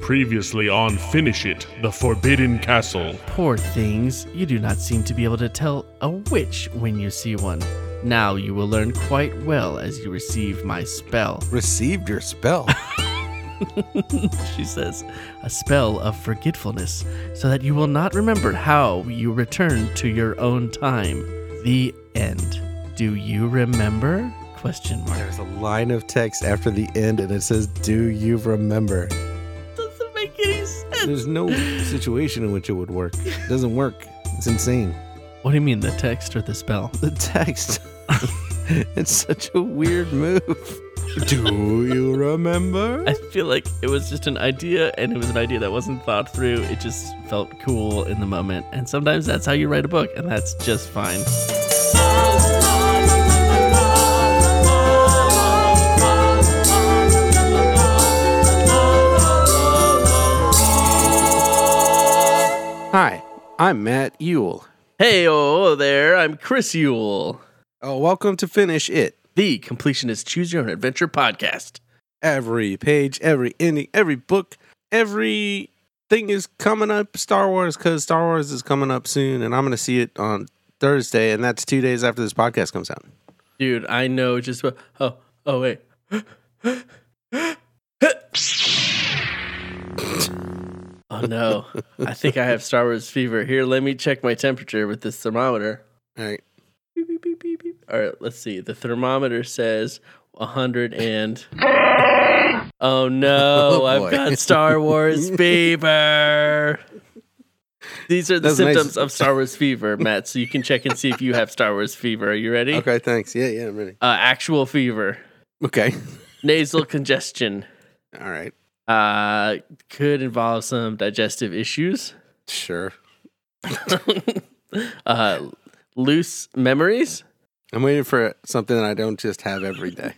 Previously on Finish It, The Forbidden Castle. Poor things, you do not seem to be able to tell a witch when you see one. Now you will learn quite well as you receive my spell. Received your spell. she says, a spell of forgetfulness, so that you will not remember how you return to your own time. The end. Do you remember? Question mark. There's a line of text after the end and it says, Do you remember? Doesn't make any sense. There's no situation in which it would work. It doesn't work. It's insane. What do you mean, the text or the spell? The text. it's such a weird move. Do you remember? I feel like it was just an idea, and it was an idea that wasn't thought through. It just felt cool in the moment, and sometimes that's how you write a book, and that's just fine. Hi, I'm Matt Yule. Hey, oh there, I'm Chris Yule, Oh, welcome to Finish It. the Completionist Choose Your Own Adventure podcast. Every page, every ending, every book, every thing is coming up Star Wars because Star Wars is coming up soon, and I'm going to see it on Thursday, and that's two days after this podcast comes out. Dude, I know just what. Oh, oh, wait. oh, no. I think I have Star Wars fever. Here, let me check my temperature with this thermometer. All right. Beep, beep, beep, beep, beep. All right, let's see. The thermometer says 100 and. oh no, Oh, boy. I've got Star Wars fever. These are the That's nice. symptoms of Star Wars fever, Matt. So you can check and see if you have Star Wars fever. Are you ready? Okay, thanks. Yeah, yeah, I'm ready. Uh, actual fever, Okay. nasal congestion, All right. uh, could involve some digestive issues, Sure. uh, loose memories, I'm waiting for something that I don't just have every day.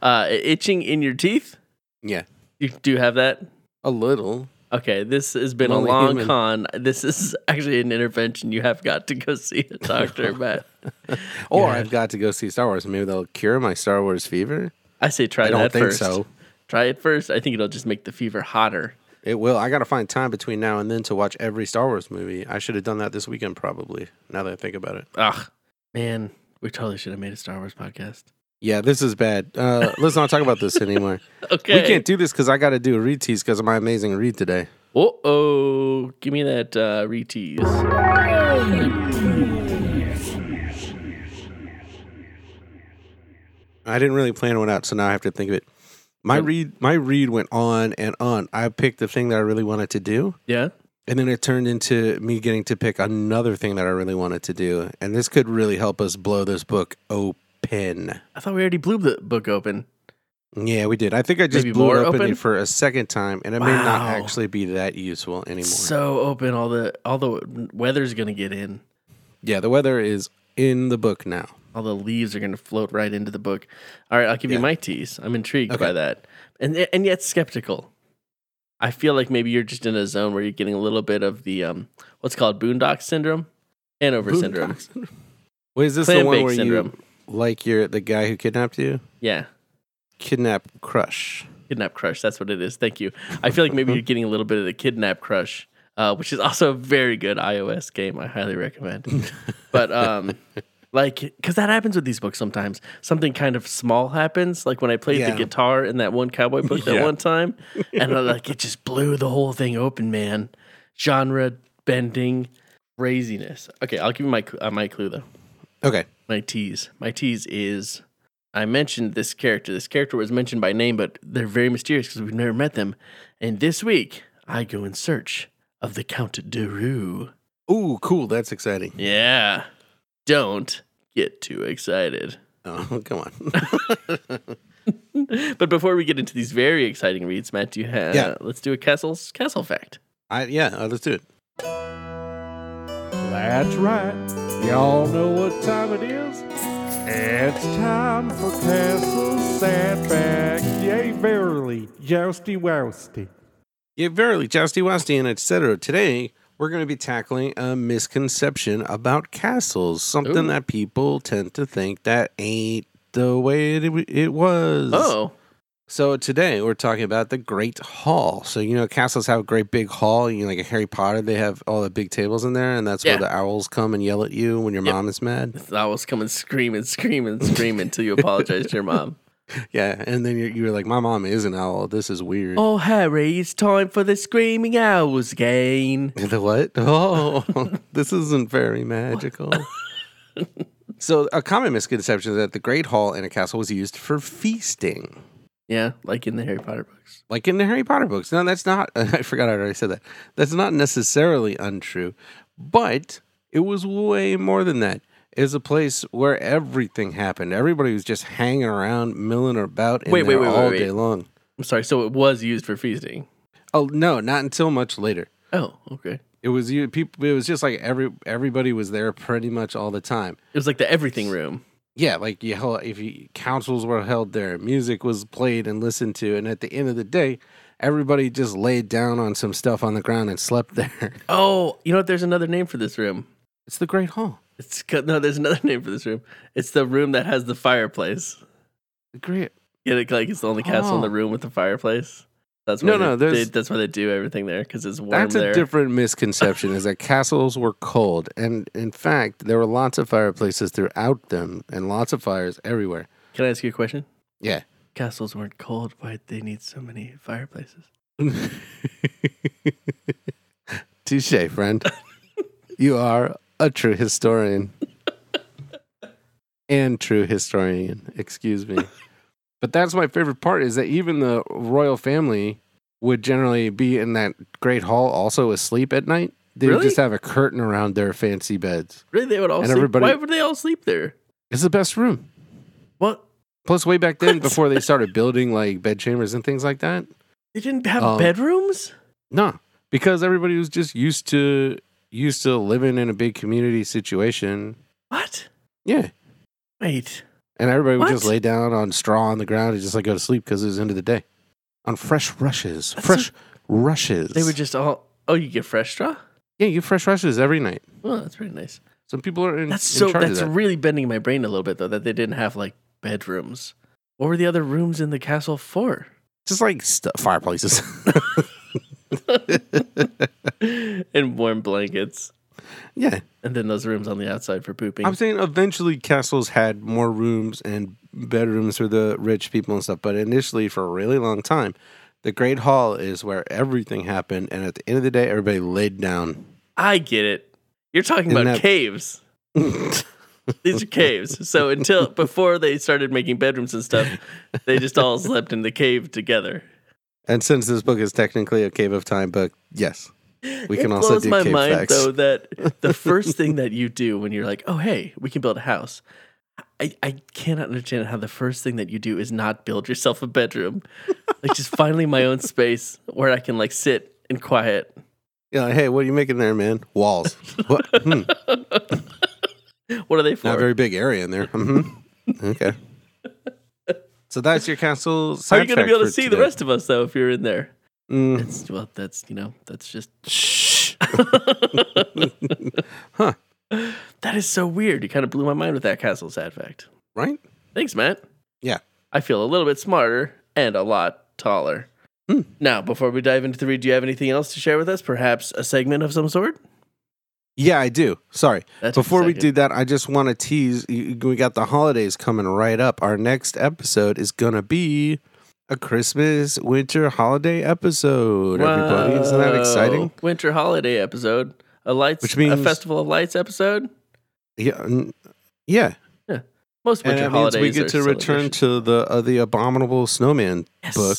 uh, itching in your teeth. Yeah. You do have that? A little. Okay, this has been a I'm only long human. con. This is actually an intervention. You have got to go see a doctor, Matt. Or Yeah. I've got to go see Star Wars. Maybe they'll cure my Star Wars fever. I say try I don't that think first. so. Try it first. I think it'll just make the fever hotter. It will. I got to find time between now and then to watch every Star Wars movie. I should have done that this weekend, probably, now that I think about it. Ugh, man, we totally should have made a Star Wars podcast. Yeah, this is bad. Uh, let's not talk about this anymore. Okay. We can't do this because I got to do a read tease because of my amazing read today. Oh, oh, give me that uh, retease. I didn't really plan one out, so now I have to think of it. My Yep. read, my read went on and on. I picked the thing that I really wanted to do, Yeah. and then it turned into me getting to pick another thing that I really wanted to do, and this could really help us blow this book open. I thought we already blew the book open. Yeah, we did. I think I just Maybe blew more it open, open? for a second time, and it may not Wow. actually be that useful anymore. So open, all the all the weather's gonna get in. yeah, the weather is in the book now. All the leaves are gonna float right into the book. All right, I'll give you Yeah. my tease. I'm intrigued Okay. by that, and and yet skeptical. I feel like maybe you're just in a zone where you're getting a little bit of the um, what's called Boondock syndrome, Hanover syndrome, Boondock syndrome. Wait, is this the Clam one bake where you syndrome. like you're the guy who kidnapped you? yeah, Kidnap crush. kidnap crush. That's what it is. Thank you. I feel like maybe you're getting a little bit of the kidnap crush, uh, which is also a very good iOS game. I highly recommend. but um, like, because that happens with these books sometimes. Something kind of small happens. Like when I played Yeah. the guitar in that one cowboy book that Yeah. one time, and I, like it just blew the whole thing open, man. Genre bending craziness. Okay, I'll give you my cl- uh, my clue though Okay. my tease. My tease is I mentioned this character. This character was mentioned by name, but they're very mysterious because we've never met them. And this week, I go in search of the Count de Rue. Ooh, cool. That's exciting. Yeah. Don't get too excited. Oh, come on. but before we get into these very exciting reads, Matt, do you have? Yeah. Let's do a castle's castle fact. I, yeah, uh, let's do it. That's right. Y'all know what time it is. It's time for Castle Sandbag. Yay, verily. Jousty wousty. Yeah, verily, Jousty Wasty and etc. Today, we're going to be tackling a misconception about castles, something Ooh. that people tend to think that ain't the way it, it was. Oh, So today we're talking about the Great Hall. So you know castles have a great big hall. You know, like in Harry Potter, they have all the big tables in there, and that's Yeah. where the owls come and yell at you when your Yep. mom is mad. I was coming screaming, screaming, screaming until you apologize to your mom. Yeah, and then you're, you're like, my mom is an owl. This is weird. Oh, Harry, it's time for the Screaming Owls game. The what? Oh, this isn't very magical. so, a common misconception is that the Great Hall in a castle was used for feasting, Yeah, like in the Harry Potter books. like in the Harry Potter books. Now, that's not, I forgot I already said that. That's not necessarily untrue, but it was way more than that. It was a place where everything happened. Everybody was just hanging around, milling about in Wait, wait, there wait, wait, all wait. day long. I'm sorry. So it was used for feasting. Oh, no, not until much later. Oh, okay. It It was you people it was just like every everybody was there pretty much all the time. was like the everything room. yeah, like you held, if you councils were held there, music was played and listened to, and at the end of the day, everybody just laid down on some stuff on the ground and slept there. Oh, you know what? There's another name for this room. It's the Great Hall. It's co- no, there's another name for this room. It's the room that has the fireplace. The Great. Get it? Like it's the only castle in the Oh. room with the fireplace. That's No, why they- no, there's- they- that's why they do everything there because it's warm That's there. a different misconception. is that castles were cold, and in fact, there were lots of fireplaces throughout them, and lots of fires everywhere. Can I ask you a question? Yeah. Castles weren't cold. Why did they need so many fireplaces? Touche, friend. you are a true historian. and true historian, excuse me. But that's my favorite part is that even the royal family would generally be in that great hall also asleep at night. They would Really? just have a curtain around their fancy beds. Really, they would all And sleep. everybody- Why would they all sleep there? It's the best room. Well, Plus, way back then, before they started building like bed chambers and things like that, they didn't have Um, bedrooms. No, because everybody was just used to used to living in a big community situation. What? Yeah, Wait. and everybody would just What? lay down on straw on the ground and just like go to sleep because it was the end of the day. On fresh rushes, That's fresh rushes. They would just all. Oh, you get fresh straw. yeah, you get fresh rushes every night. Well, that's pretty nice. Some people are in, That's in so. charge That's of that. really bending my brain a little bit though. That they didn't have like bedrooms. What were the other rooms in the castle for? just like stu fireplaces and warm blankets, yeah and then those rooms on the outside for pooping. i'm saying eventually castles had more rooms and bedrooms for the rich people and stuff but initially for a really long time the great hall is where everything happened and at the end of the day everybody laid down I get it. You're talking And about that- caves. These are caves. So until before they started making bedrooms and stuff, they just all slept in the cave together. and since this book is technically a cave of time book, yes, we it can also blows do my cave mind facts. though that the first thing that you do when you're like, oh hey, we can build a house. I, I cannot understand how the first thing that you do is not build yourself a bedroom. like just finally my own space where I can like sit in quiet. You're like, hey, what are you making there, man? Walls. what? Hmm, What are they for? not very big area in there. Mhm. Okay. So that's your castle. How are you going to be able to see the rest of us though if you're in there? Mm, It's well, that's you know, that's just Shh. that is so weird. You kind of blew my mind with that castle sad fact. Right? Thanks, Matt. Yeah. I feel a little bit smarter and a lot taller. Hmm. Now, before we dive into the read, do you have anything else to share with us? Perhaps a segment of some sort? Yeah, I do. Sorry. That's Before we do second. that, I just want to tease. you- We got the holidays coming right up. Our next episode is going to be a Christmas winter holiday episode, everybody. Isn't that Whoa. exciting? Winter holiday episode. A lights Which a means- festival of lights episode. Yeah, n- yeah, Most and winter that means holidays. we get to return to the uh, the Abominable Snowman, book,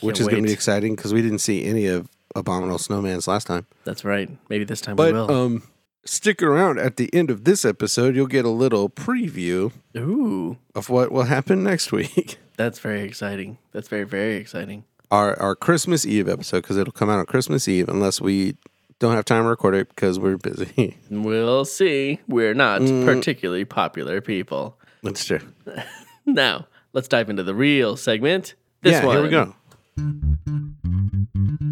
which is going to be exciting because we didn't see any of Abominable Snowman's last time. That's right. Maybe this time But we will. um, stick around at the end of this episode; you'll get a little preview Ooh, of what will happen next week. that's very exciting. That's very very exciting. Our our Christmas Eve episode because it'll come out on Christmas Eve unless we don't have time to record it because we're busy. We'll see. We're not Mm. particularly popular people. That's true. Now, let's dive into the real segment. This yeah, one. here we go.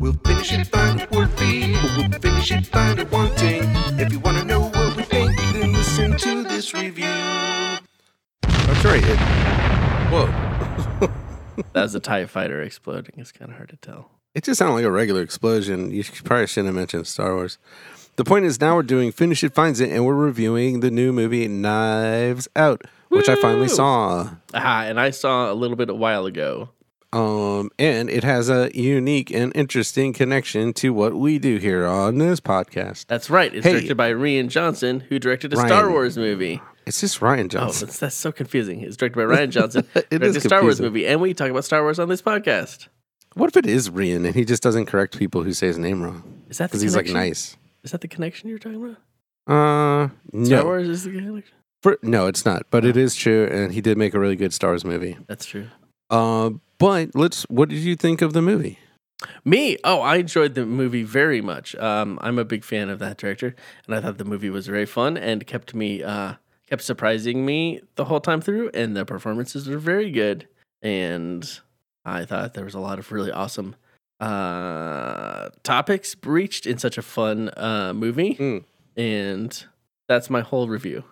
We'll finish it, find it worthy. We'll finish it, find it wanting. If you want to know what we think, then listen to this review. That's right. It- Oh, whoa. That as a TIE fighter exploding. It's kind of hard to tell. It just sounded like a regular explosion. You sh- probably shouldn't have mentioned Star Wars. The point is, now we're doing Finish It Finds It, and we're reviewing the new movie Knives Out, which I Woo! finally saw. Ah, and I saw a little bit a while ago. Um, and it has a unique and interesting connection to what we do here on this podcast. That's right. It's Hey. directed by Rian Johnson, who directed a Ryan. Star Wars movie. It's just Ryan Oh, Johnson. that's, that's so confusing. It's directed by Ryan Johnson. It directed is a Star Wars confusing. movie, and we talk about Star Wars on this podcast. What if it is Rian and he just doesn't correct people who say his name wrong Is that the because he's like connection? nice? Is that the connection you're talking about? Uh, Star no, Wars Oh. is the connection. For- no, it's not. But it is true, and he did make a really good Star Wars movie. That's true. Uh, but let's. What did you think of the movie? Me? Oh, I enjoyed the movie very much. Um, I'm a big fan of that director, and I thought the movie was very fun and kept me uh, kept surprising me the whole time through. And the performances were very good, and I thought there was a lot of really awesome uh, topics breached in such a fun uh, movie. Mm. And that's my whole review.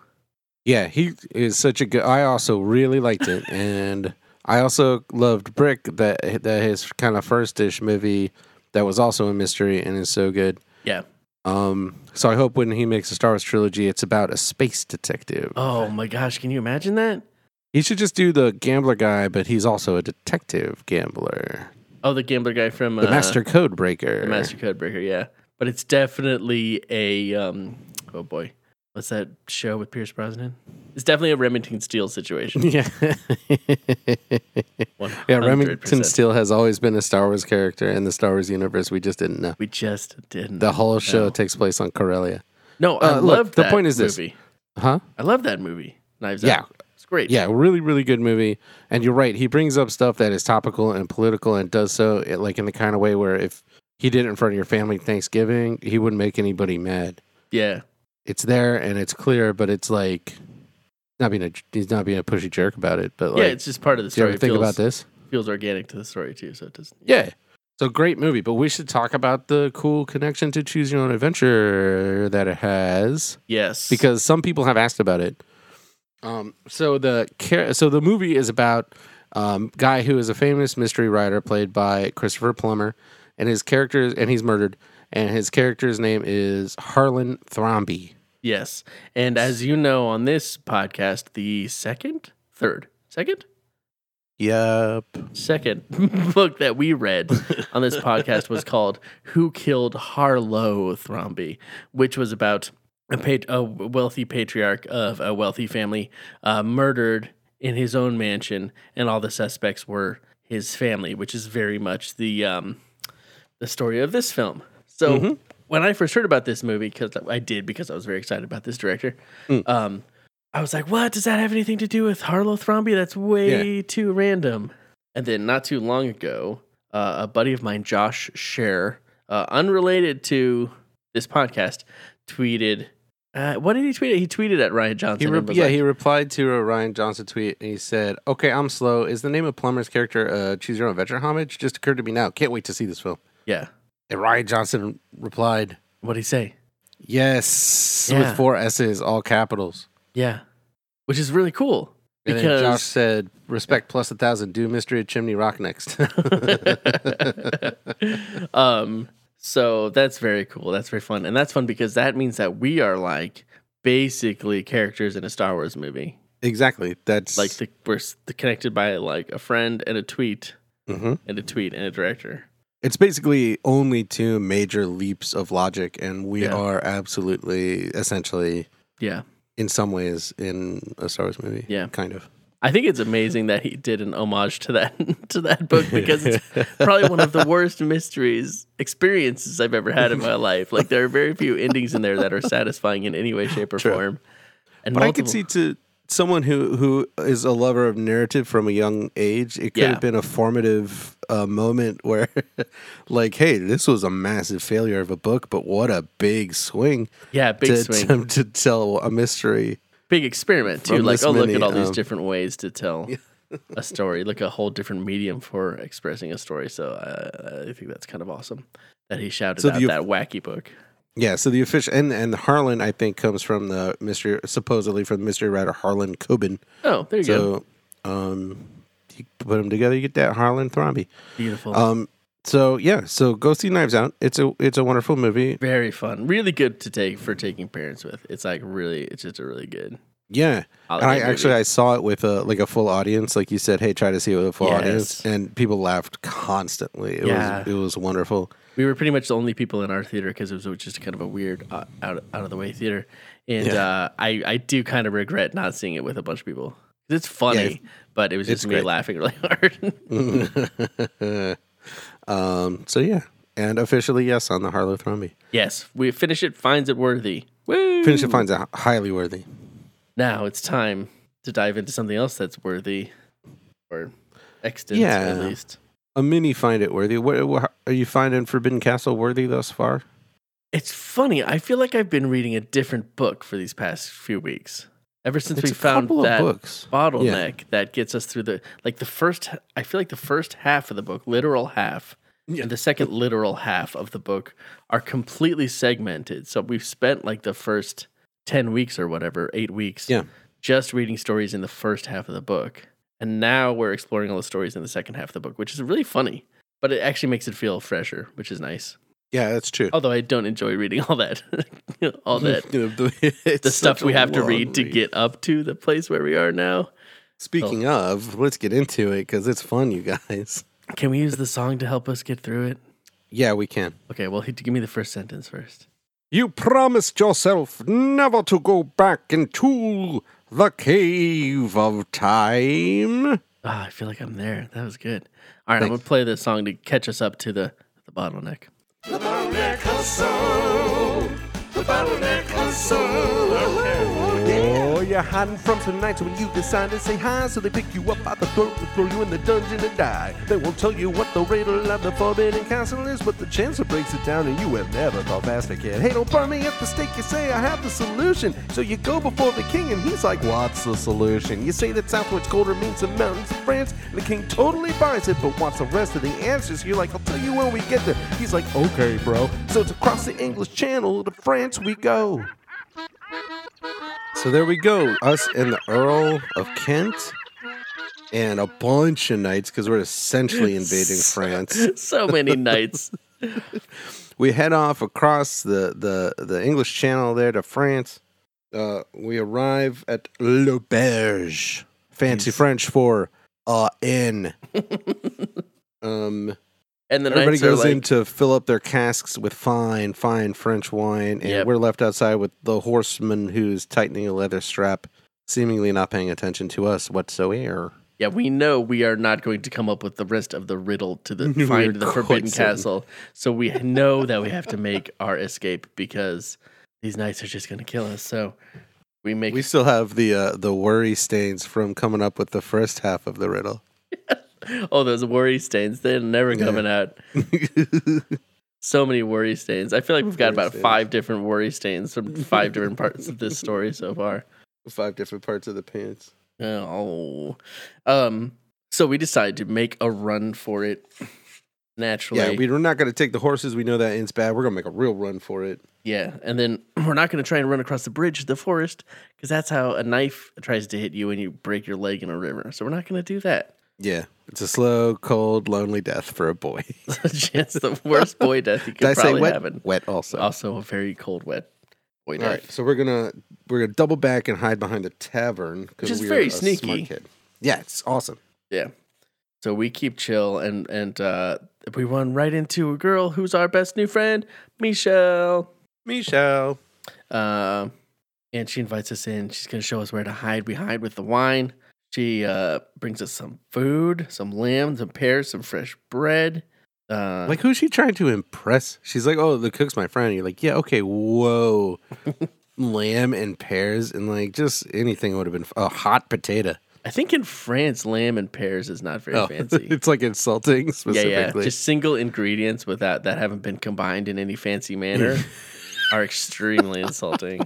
Yeah, he is such a good. I also really liked it, and I also loved Brick. That that his kind of first ish movie that was also a mystery and is so good. Yeah. Um. So I hope when he makes a Star Wars trilogy, it's about a space detective. Oh my gosh, can you imagine that? He should just do the gambler guy, but he's also a detective gambler, Oh, the gambler guy from the uh, master code breaker. The Master Code Breaker, yeah. But it's definitely a um oh boy. What's that show with Pierce Brosnan? It's definitely a Remington Steele situation. Yeah. yeah. Remington 100%. Steele has always been a Star Wars character in the Star Wars universe. We just didn't know. We just didn't. The whole show No. takes place on Corellia. no, I uh, look, love the that point is this. movie. Huh? I love that movie. Knives Yeah. Out. It's great. Yeah, really, really good movie. And you're right. He brings up stuff that is topical and political and does so it, like in the kind of way where if he did it in front of your family Thanksgiving, he wouldn't make anybody mad. Yeah. It's there and it's clear, but it's like not being a he's not being a pushy jerk about it. But like, yeah, it's just part of the do you story. ever think it feels, about this? feels organic to the story too, so it doesn't Yeah. So great movie, but we should talk about the cool connection to Choose Your Own Adventure that it has. Yes. because some people have asked about it. Um, so the char- so the movie is about um, guy who is a famous mystery writer played by Christopher Plummer, and his character is- and he's murdered, and his character's name is Harlan Thrombey. Yes. And as you know on this podcast, the second, third, second? Yep. second book that we read on this podcast was called "Who Killed Harlow Thrombey," which was about a, pat- a wealthy patriarch of a wealthy family uh, murdered in his own mansion, and all the suspects were his family, which is very much the um, the story of this film. So Mm-hmm. when I first heard about this movie, because I did because I was very excited about this director. Mm. Um, I was like, what? Does that have anything to do with Harlow Thrombey? That's way too random. And then not too long ago, uh, a buddy of mine, Josh Scher, uh, unrelated to this podcast, tweeted, uh, what did he tweet? He tweeted at Ryan Johnson. He and re- was yeah, like, he replied to a Ryan Johnson tweet and he said, "Okay, I'm slow. Is the name of Plummer's character uh, Choose Your Own Adventure homage? Just occurred to me now. Can't wait to see this film." yeah. And Ryan Johnson replied, What did he say? "Yes," Yeah. with four S's, all capitals. Yeah. Which is really cool. And Because then Josh said, "Respect plus a thousand. Do mystery at Chimney Rock next." um so that's very cool that's very fun and that's fun because that means that we are like basically characters in a star wars movie exactly. That's like the, we're s- connected by like a friend and a tweet Mhm. and a tweet and a director It's basically only two major leaps of logic, and we Yeah. are absolutely, essentially, yeah in some ways, in a Star Wars movie. Yeah. kind of. i think it's amazing that he did an homage to that to that book because it's probably one of the worst mysteries experiences i've ever had in my life like there are very few endings in there that are satisfying in any way shape or form and But I could multiple- see to someone who who is a lover of narrative from a young age, it could Yeah. have been a formative uh, moment where, like, hey, this was a massive failure of a book, but what a big swing. yeah big to, swing attempt to tell a mystery. big experiment too. From Like, this oh, look many, at all these um, different ways to tell a story. Like a whole different medium for expressing a story. So uh, I think that's kind of awesome that he shouted So out the- that wacky book. Yeah, so the official and and Harlan I think comes from the mystery supposedly from the mystery writer Harlan Coben. Oh, there you go. So um you put them together, you get that Harlan Thrombey. Beautiful. Um, so yeah, so go see Knives Out. It's a it's a wonderful movie. Very fun. Really good to take for taking parents with. It's like really, it's just a really good. Yeah, holiday and I movie. actually I saw it with a like a full audience. Like you said, hey, try to see it with a full Yes. audience, and people laughed constantly. It Yeah. was it was wonderful. we were pretty much the only people in our theater because it was just kind of a weird uh, out out of the way theater, and Yeah. uh, I I do kind of regret not seeing it with a bunch of people. It's funny, it's- but it was it's just me great. laughing really hard. um, so yeah, and officially yes on the Harlow Thrombey. yes, we finish it. Finds it worthy. Woo! Finish it finds it highly worthy. Now it's time to dive into something else that's worthy, or extant Yeah. at least. A mini find it worthy. What, what are you finding Forbidden Castle worthy thus far? It's funny. I feel like I've been reading a different book for these past few weeks. Ever since It's we a found couple of that books. bottleneck that gets us through the like the first I feel like the first half of the book, literal half, and the second literal half of the book are completely segmented. So we've spent like the first 10 weeks or whatever, 8 weeks Yeah. just reading stories in the first half of the book. And now we're exploring all the stories in the second half of the book, which is really funny, but it actually makes it feel fresher, which is nice. Yeah, that's true. Although I don't enjoy reading all that, all that, the the stuff we have to read to get up to the place where we are now. Speaking Oh. of, let's get into it because it's fun, you guys. Can we use the song to help us get through it? Yeah, we can. Okay, well, he- give me the first sentence first. You promised yourself never to go back into the cave of time. Ah, I feel like I'm there. That was good. All right, I'm gonna play this song to catch us up to the the bottleneck. Oh, You're hiding from some nights when you decide to say hi, so they pick you up by the throat and throw you in the dungeon to die. They won't tell you what the riddle of the Forbidden Castle is, but the Chancellor breaks it down, and you have never thought past a kid. Hey, don't burn me at the stake, you say I have the solution. So you go before the king, and he's like, What's the solution? You say that Southward's colder means the mountains of France, and the king totally buys it, but wants the rest of the answers. You're like, I'll tell you when we get there. He's like, Okay, bro. So it's across the English Channel to France we go. So there we go. Us and the Earl of Kent and a bunch of knights because we're essentially invading France. So many nights. We head off across the, the, the English Channel there to France. Uh, we arrive at L'Auberge, fancy French for uh, inn. um, And the Everybody nights are goes like, in to fill up their casks with fine, fine French wine, and Yep. we're left outside with the horseman who's tightening a leather strap, seemingly not paying attention to us whatsoever. yeah, we know we are not going to come up with the rest of the riddle to the We're find the forbidden quite certain. castle. So we know that we have to make our escape because these knights are just gonna kill us. So we make We still have the uh, the worry stains from coming up with the first half of the riddle. oh those worry stains. They're never coming out. so many worry stains. I feel like we've got about five different worry stains from five different parts of this story so far. Five different parts of the pants. Oh, um. So we decide to make a run for it. Naturally, Yeah, we're not going to take the horses. We know that ends bad. We're going to make a real run for it. Yeah, and then we're not going to try and run across the bridge, the forest, because that's how a knife tries to hit you and you break your leg in a river. So we're not going to do that. Yeah, it's a slow, cold, lonely death for a boy. It's the worst boy death you could Did I say probably wet? have. And Wet also. also a very cold, wet boy All death. right, so we're gonna we're gonna double back and hide behind a tavern Which because is we're very a smart sneaky. kid. Yeah, it's awesome. Yeah. So we keep chill and and uh, we run right into a girl who's our best new friend, Michelle. Michelle, Um, and she invites us in. She's gonna show us where to hide. We hide with the wine. She uh, brings us some food, some lamb, some pears, some fresh bread. Uh, like who's she trying to impress? She's like, oh, the cook's my friend. You're like, yeah, okay, whoa, lamb and pears and like just anything would have been f- a hot potato. I think in France, lamb and pears is not very Oh, fancy. it's like insulting yeah, specifically. yeah. Just single ingredients without that haven't been combined in any fancy manner are extremely insulting.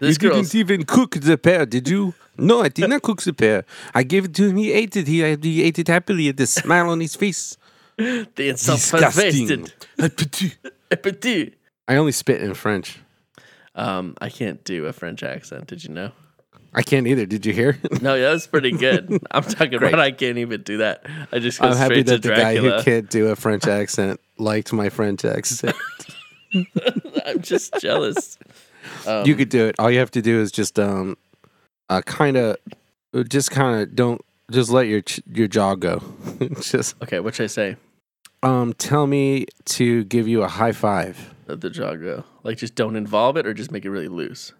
This you girl's didn't even cook the pear, did you? No, I did not cook the pear. I gave it to him. He ate it. He, he ate it happily. He had the smile on his face. the insult was Disgusting. wasted. Petit. I only spit in French. Um, I can't do a French accent. Did you know? I can't either. Did you hear? No, yeah, that's pretty good. I'm talking about I can't even do that. I just go I'm happy straight that to the guy Dracula. who can't do a French accent liked my French accent. I'm just jealous. Um, you could do it. All you have to do is just um, uh, kind of, just kind of don't just let your ch- your jaw go. just Okay, what should I say? um, tell me to give you a high five. Let the jaw go. Like, just don't involve it, or just make it really loose.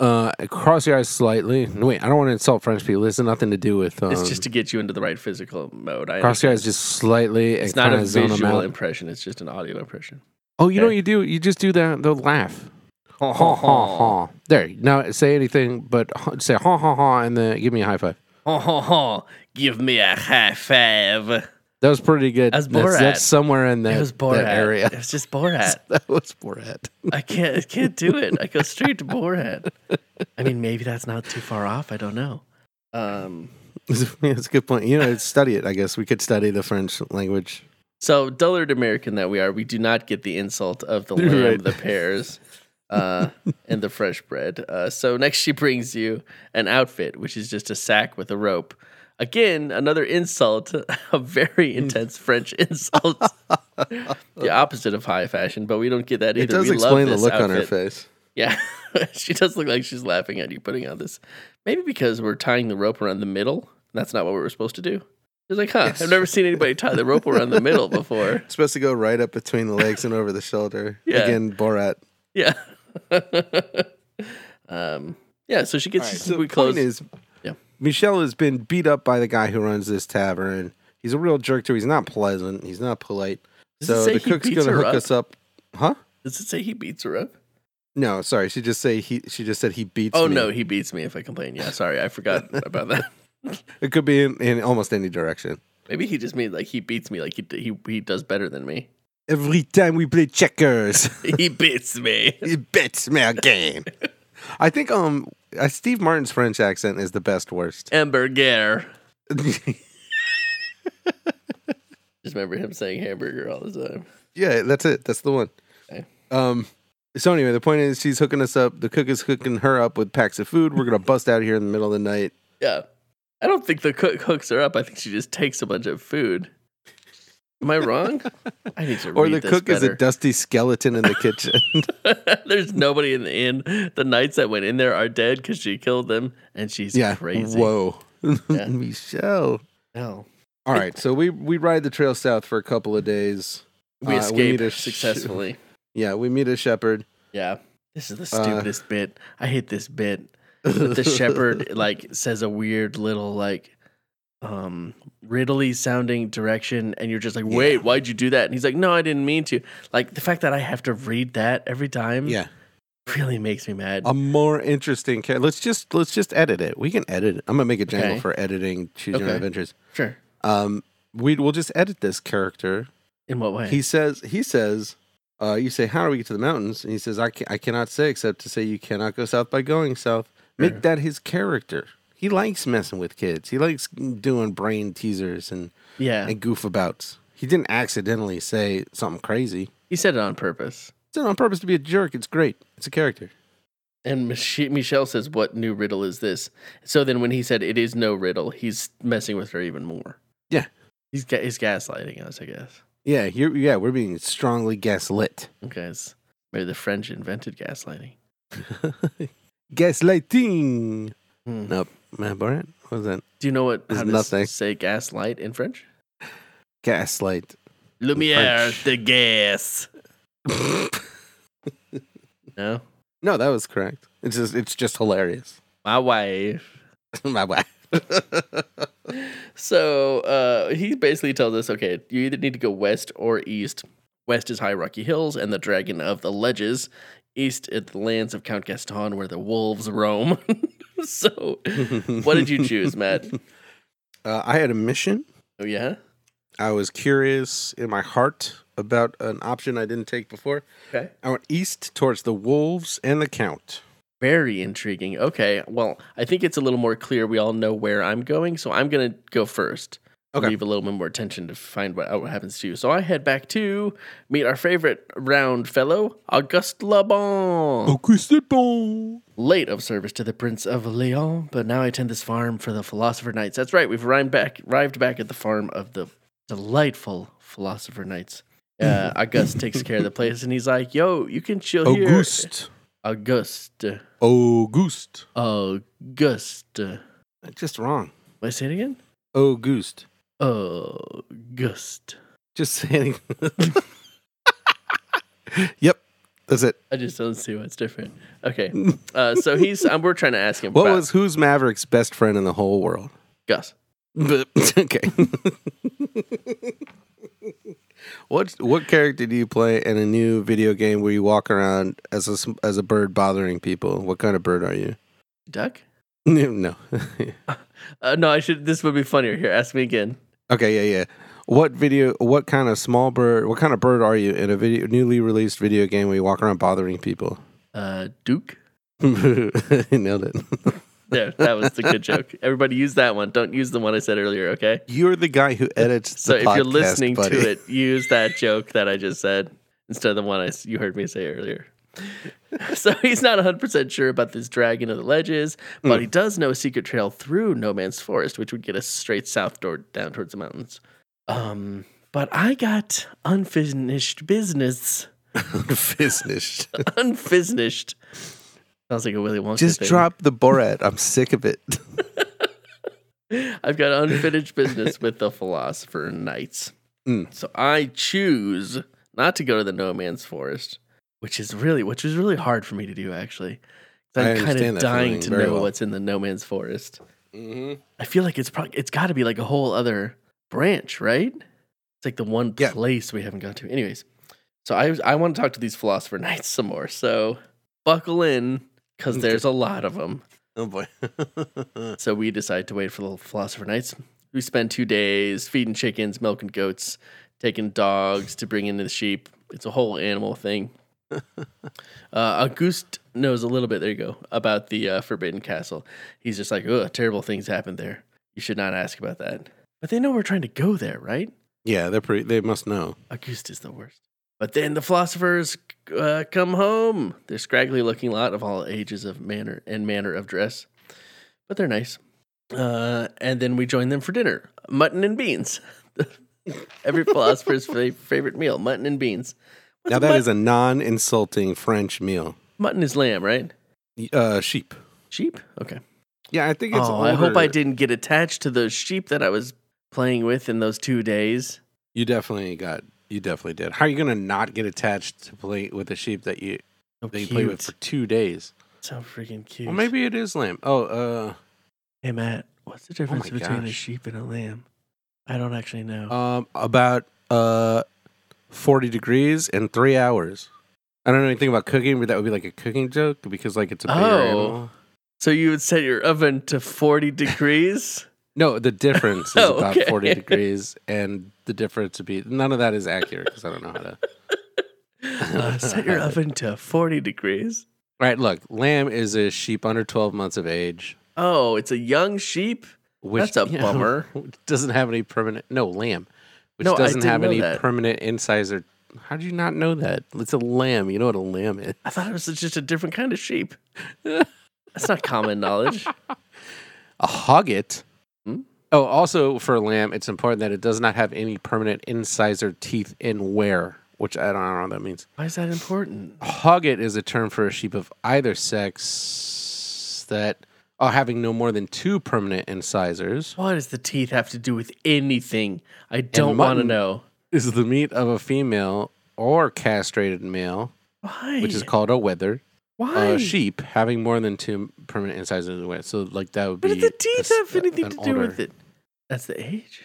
Uh, cross your eyes slightly. No, wait, I don't want to insult French people. This has nothing to do with. Um, It's just to get you into the right physical mode. I cross your eyes just slightly and it's not kind a of zone them visual out. impression. It's just an audio impression. oh, you know okay. what you do? You just do that. They'll laugh. Ha ha ha ha. There. Now say anything, but ha- say ha ha ha, and then give me a high five. Ho ho ho! Give me a high five. That was pretty good. That's That's, Borat. that's somewhere in that, It was Borat. that area. It was just Borat. that was Borat. I can't. I can't do it. I go straight to Borat. I mean, maybe that's not too far off. I don't know. Um. It's a good point. You know, study it. I guess we could study the French language. So dullard American that we are, we do not get the insult of the You're lamb, right. the pears, uh, and the fresh bread. Uh, so next she brings you an outfit, which is just a sack with a rope. Again, another insult, a very intense French insult. the opposite of high fashion, but we don't get that either. It does we love explain the this look on her outfit. face. Yeah, she does look like she's laughing at you putting on this. Maybe because we're tying the rope around the middle. That's not what we were supposed to do. She's like, huh? I've never seen anybody tie the rope around the middle before. It's supposed to go right up between the legs and over the shoulder. Yeah. Again, Borat. Yeah. um. Yeah. So she gets So we the close. point is, Yeah. Michelle has been beat up by the guy who runs this tavern. He's a real jerk too. He's not pleasant. He's not polite. Does it so say the he cook's beats gonna her hook up? us up. Huh? does it say he beats her up? No, sorry. She just say he. She just said he beats. Oh me. no, he beats me if I complain. Yeah, sorry, I forgot about that. It could be in, in almost any direction. Maybe he just means like he beats me, like he he he does better than me. Every time we play checkers, He beats me. he bets me again. I think um uh, Steve Martin's French accent is the best worst. Hamburger. Just remember him saying hamburger all the time. yeah, that's it. That's the one. Okay. Um. So anyway, the point is she's hooking us up. The cook is hooking her up with packs of food. We're gonna bust out here in the middle of the night. Yeah. I don't think the cook hooks her up. I think she just takes a bunch of food. Am I wrong? I need to read Or the this cook is a better. dusty skeleton in the kitchen. There's nobody in the inn. The knights that went in there are dead because she killed them, and she's yeah. crazy. Whoa. Yeah. Michelle. Hell. All right. So we we ride the trail south for a couple of days. We Uh, we escaped need a sh- successfully. Yeah, we meet a shepherd. Yeah. This is the Uh, stupidest bit. I hate this bit. But the shepherd like says a weird little like um riddly sounding direction and you're just like, "Wait, why'd you do that?" And he's like, "No, I didn't mean to." Like the fact that I have to read that every time Yeah. Um, really makes me mad. A more interesting character. Let's just let's just edit it. We can edit it. I'm gonna make a jangle Okay. for editing Choose Your Own Okay. Adventures. sure. Um, we we'll just edit this character. In what way? He says he says, uh, you say how do we get to the mountains? And he says I ca- I cannot say except to say you cannot go south by going south. Make Sure. that his character. He likes messing with kids. He likes doing brain teasers and yeah. and goof abouts. He didn't accidentally say something crazy. He said it on purpose. It's not on purpose to be a jerk. It's great. It's a character. And Mich- Michelle says, "What new riddle is this?" So then when he said it is no riddle, he's messing with her even more. Yeah. He's ga- he's gaslighting us, I guess. Yeah, you're, yeah, we're being strongly gaslit. Okay, it's maybe the French invented gaslighting. Gaslighting. Hmm. Nope. Matt Barrett? What was that? Do you know what There's how to nothing. s- say gaslight in French? Gaslight. Lumiere French. the gas. No, no, that was correct. It's just it's just hilarious. my wife. My way. So uh, he basically tells us, okay, you either need to go west or east. West is High Rocky Hills and the Dragon of the Ledges. East at the lands of Count Gaston, where the wolves roam. so, what did you choose, Matt? Uh, I had a mission. Oh yeah, I was curious in my heart about an option I didn't take before. okay. I went east towards the wolves and the count. Very intriguing. Okay, well, I think it's a little more clear. We all know where I'm going, so I'm gonna go first. Okay. leave a little bit more attention to find what, out what happens to you. So I head back to meet our favorite round fellow, Auguste Lebon. Oh. Late of service to the Prince of Leon, but now I attend this farm for the Philosopher Knights. That's right, we've arrived back, arrived back at the farm of the delightful Philosopher Knights. Uh, August takes care of the place, and he's like, "Yo, you can chill Oh, August. here." August, August. August. Just wrong. Wait, say it again. August. August. Just saying. yep. That's it. I just don't see what's different. Okay, uh, so he's. Um, we're trying to ask him. What about was who's Maverick's best friend in the whole world? Gus? But- okay. what what character do you play in a new video game where you walk around as a s- as a bird bothering people? What kind of bird are you? Duck? No. Uh, no, I should. This would be funnier. Here, ask me again. okay, yeah, yeah. What video what kind of small bird what kind of bird are you in a video newly released video game where you walk around bothering people? Uh, Duke. Nailed it. There, that was the good joke. Everybody use that one. Don't use the one I said earlier, okay? You're the guy who edits So the if podcast, you're listening buddy. to it, use that joke that I just said instead of the one I s- you heard me say earlier. so he's not 100% sure about this dragon of the ledges, Hmm. but he does know a secret trail through No Man's Forest, which would get us straight south door down towards the mountains. Um, but I got unfinished business. Business. Unfinished. Sounds like a Willy Wonka Just thing. drop the Borat. I'm sick of it. I've got unfinished business with the philosopher knights. Mm. So I choose not to go to the no man's forest, which is really which was really hard for me to do actually. 'Cause I I'm kind understand of that dying feeling to very know well. what's in the no man's forest. mm-hmm. I feel like it's probably it's got to be like a whole other branch, right? It's like the one Yeah. place we haven't gone to. Anyways, so I I want to talk to these philosopher knights some more. So buckle in because Mm, there's a lot of them. Oh boy. So we decide to wait for the Philosopher Knights. We spend two days feeding chickens, milking goats, taking dogs to bring into the sheep. It's a whole animal thing. uh, Auguste knows a little bit, there you go, about the uh, Forbidden Castle. He's just like, oh, terrible things happened there. You should not ask about that. But they know we're trying to go there, right? yeah, they're pretty. They must know. Auguste is the worst. But then the philosophers uh, come home. They're scraggly looking lot of all ages of manner and manner of dress, but they're nice. Uh, and then we join them for dinner, mutton and beans. Every philosopher's fa- favorite meal, mutton and beans. What's now a that mut- is a non-insulting French meal. mutton is lamb, right? Uh, sheep. Sheep. Okay. Yeah, I think it's. Oh, I hope I older. didn't get attached to those sheep that I was playing with in those two days. You definitely got. You definitely did. How are you gonna not get attached to play with a sheep that you So that you cute. play with for two days? so freaking cute. Well, maybe it is lamb. Oh, uh, Hey Matt, what's the difference my between a gosh. sheep and a lamb? I don't actually know. um, about uh, forty degrees and three hours. I don't know anything about cooking, but that would be like a cooking joke because like it's a bigger Oh. animal. so you would set your oven to 40 degrees? No, the difference is Oh, about okay. 40 degrees, and the difference would be none of that is accurate because I don't know how to. Uh, set your oven to 40 degrees. Right, look, lamb is a sheep under 12 months of age. Oh, it's a young sheep? Which, That's a you know, bummer. doesn't have any permanent. No, lamb. Which No, I doesn't didn't have know any that. permanent incisor. How do you not know that? It's a lamb. You know what a lamb is. I thought it was just a different kind of sheep. That's not common knowledge. A hogget. Hmm? Oh, also for a lamb, it's important that it does not have any permanent incisor teeth in wear, which I don't, I don't know what that means. Why is that important? Hogget is a term for a sheep of either sex that are having no more than two permanent incisors. What does the teeth have to do with anything? I don't want to mutton. know. Is the meat of a female or castrated male, Why? which is called a wether, Why? a sheep having more than two permanent incisors in the way. So, like that would be. What did the teeth a s- have anything an to do with older- it? That's the age?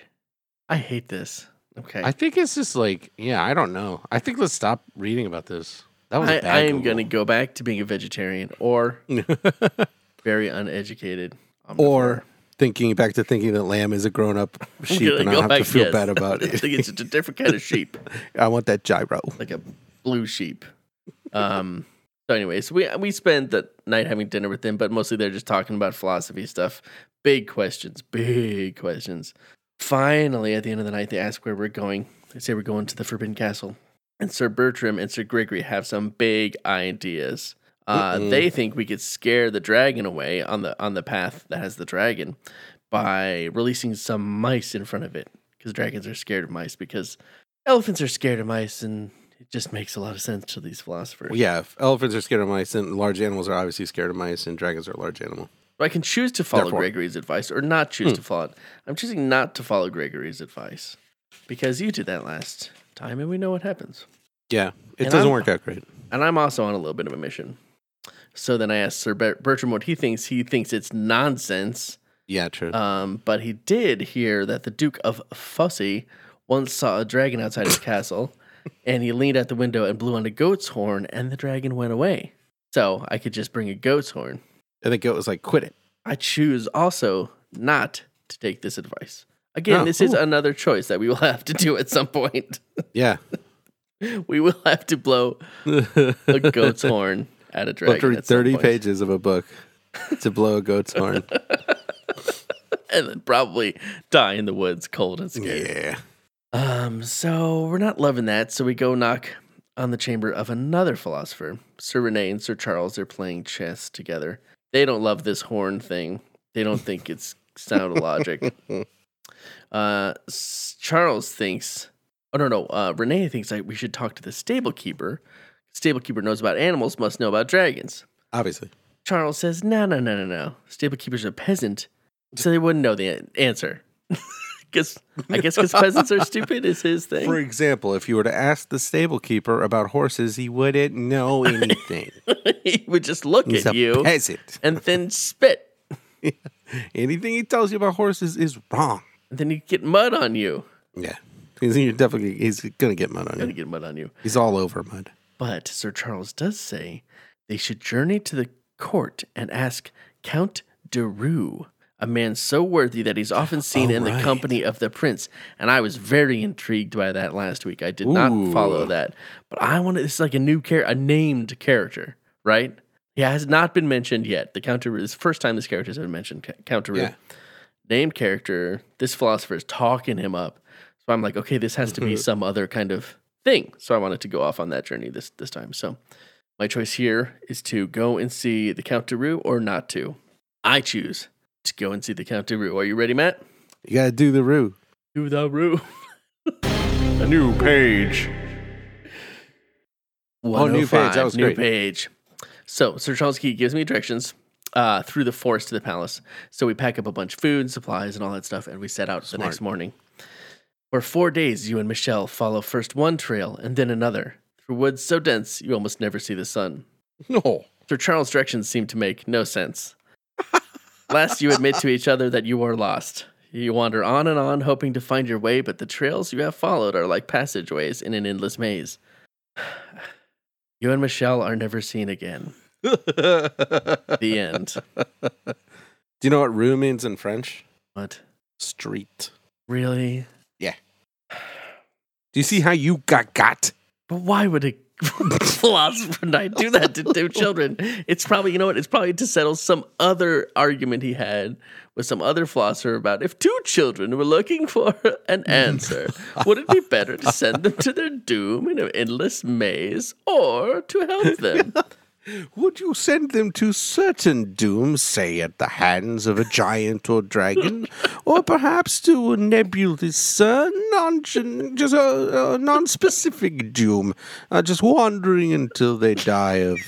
I hate this. Okay. I think it's just like, yeah, I don't know. I think let's stop reading about this. That was. I, a bad I am going to Google. go back to being a vegetarian or very uneducated. omnivore. or thinking back to thinking that lamb is a grown-up I'm sheep, gonna and I go don't have to back, feel yes. bad about I think it. it's just a different kind of sheep, I want that gyro. like a blue sheep. Um. So, anyways, we we spent the night having dinner with them, but mostly they're just talking about philosophy stuff. Big questions, big questions. Finally, at the end of the night, they ask where we're going. They say we're going to the Forbidden Castle. And Sir Bertram and Sir Gregory have some big ideas. Uh, they think we could scare the dragon away on the on the path that has the dragon by Mm. releasing some mice in front of it because dragons are scared of mice because elephants are scared of mice and it just makes a lot of sense to these philosophers. Well, yeah, if elephants are scared of mice, and large animals are obviously scared of mice, and dragons are a large animal. I can choose to follow Therefore- Hmm. Gregory's advice or not choose to follow it. I'm choosing not to follow Gregory's advice because you did that last time and we know what happens. Yeah, it And doesn't I'm- work out great. And I'm also on a little bit of a mission. So then I asked Sir Ber- Bertram what he thinks. He thinks it's nonsense, Yeah, true. um, but he did hear that the Duke of Fussy once saw a dragon outside his castle and he leaned out the window and blew on a goat's horn and the dragon went away. So I could just bring a goat's horn. I think it was like quit it. I choose also not to take this advice. Again, Oh, this is another choice that we will have to do at some point. Yeah, we will have to blow a goat's horn at a dragon. Look through at some thirty point. pages of a book to blow a goat's horn. and then probably die in the woods, cold and scared. yeah, Um, so we're not loving that, so we go knock on the chamber of another philosopher. Sir Rene and Sir Charles, they're playing chess together. They don't love this horn thing. They don't think it's sound logic. Uh, S- Charles thinks, oh no, no, uh, Rene thinks like we should talk to the stable keeper. Stable keeper knows about animals, must know about dragons. obviously. Charles says, no, no, no, no, no. Stable keeper's a peasant, so they wouldn't know the an- answer. Because I guess because peasants are stupid is his thing. For example, if you were to ask the stable keeper about horses, he wouldn't know anything. he would just look He's at a you peasant. and then spit. Anything he tells you about horses is wrong. And then he'd get mud on you. Yeah, he's you're definitely he's gonna get mud on Gonna you. get mud on you. He's all over mud. But Sir Charles does say they should journey to the court and ask Count de Roux, a man so worthy that he's often seen Oh, in the right. company of the prince. And I was very intrigued by that last week. I did not follow Ooh. that, but I want to. It's like a new character, a named character, right? Yeah, has not been mentioned yet. The Count de Roux. This is the first time this character's been mentioned. Ca- Count de Roux. Yeah. named character, this philosopher is talking him up. So I'm like, okay, this has to be some other kind of thing. So I wanted to go off on that journey this this time. So my choice here is to go and see the Count de Roux or not to. I choose to go and see the Count de Roux. Are you ready, Matt? You gotta do the roo. To the Roux. A new page. Oh, new page. That was new great. page. So Sir Charles Key gives me directions uh, through the forest to the palace. So we pack up a bunch of food, supplies, and all that stuff, and we set out the next morning. For four days, you and Michelle follow first one trail and then another through woods so dense you almost never see the sun. No. Sir Charles' directions seem to make no sense. Last, you admit to each other that you are lost. You wander on and on, hoping to find your way, but the trails you have followed are like passageways in an endless maze. You and Michelle are never seen again. do The end. you know what roo means in French? What? Street. Really? Do you see how you got got? But why would a philosopher knight do that to two children? It's probably, you know what? It's probably to settle some other argument he had with some other philosopher about if two children were looking for an answer, would it be better to send them to their doom in an endless maze or to help them? Would you send them to certain doom, say at the hands of a giant or dragon, or perhaps to a nebulous, uh, non just a, a non-specific doom, uh, just wandering until they die of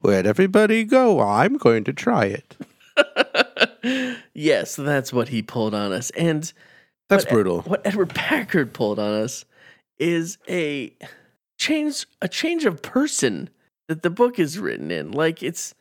where'd everybody go? I'm going to try it. Yes, that's what he pulled on us. And That's what- brutal. What Edward Packard pulled on us is a change a change of person that the book is written in. Like it's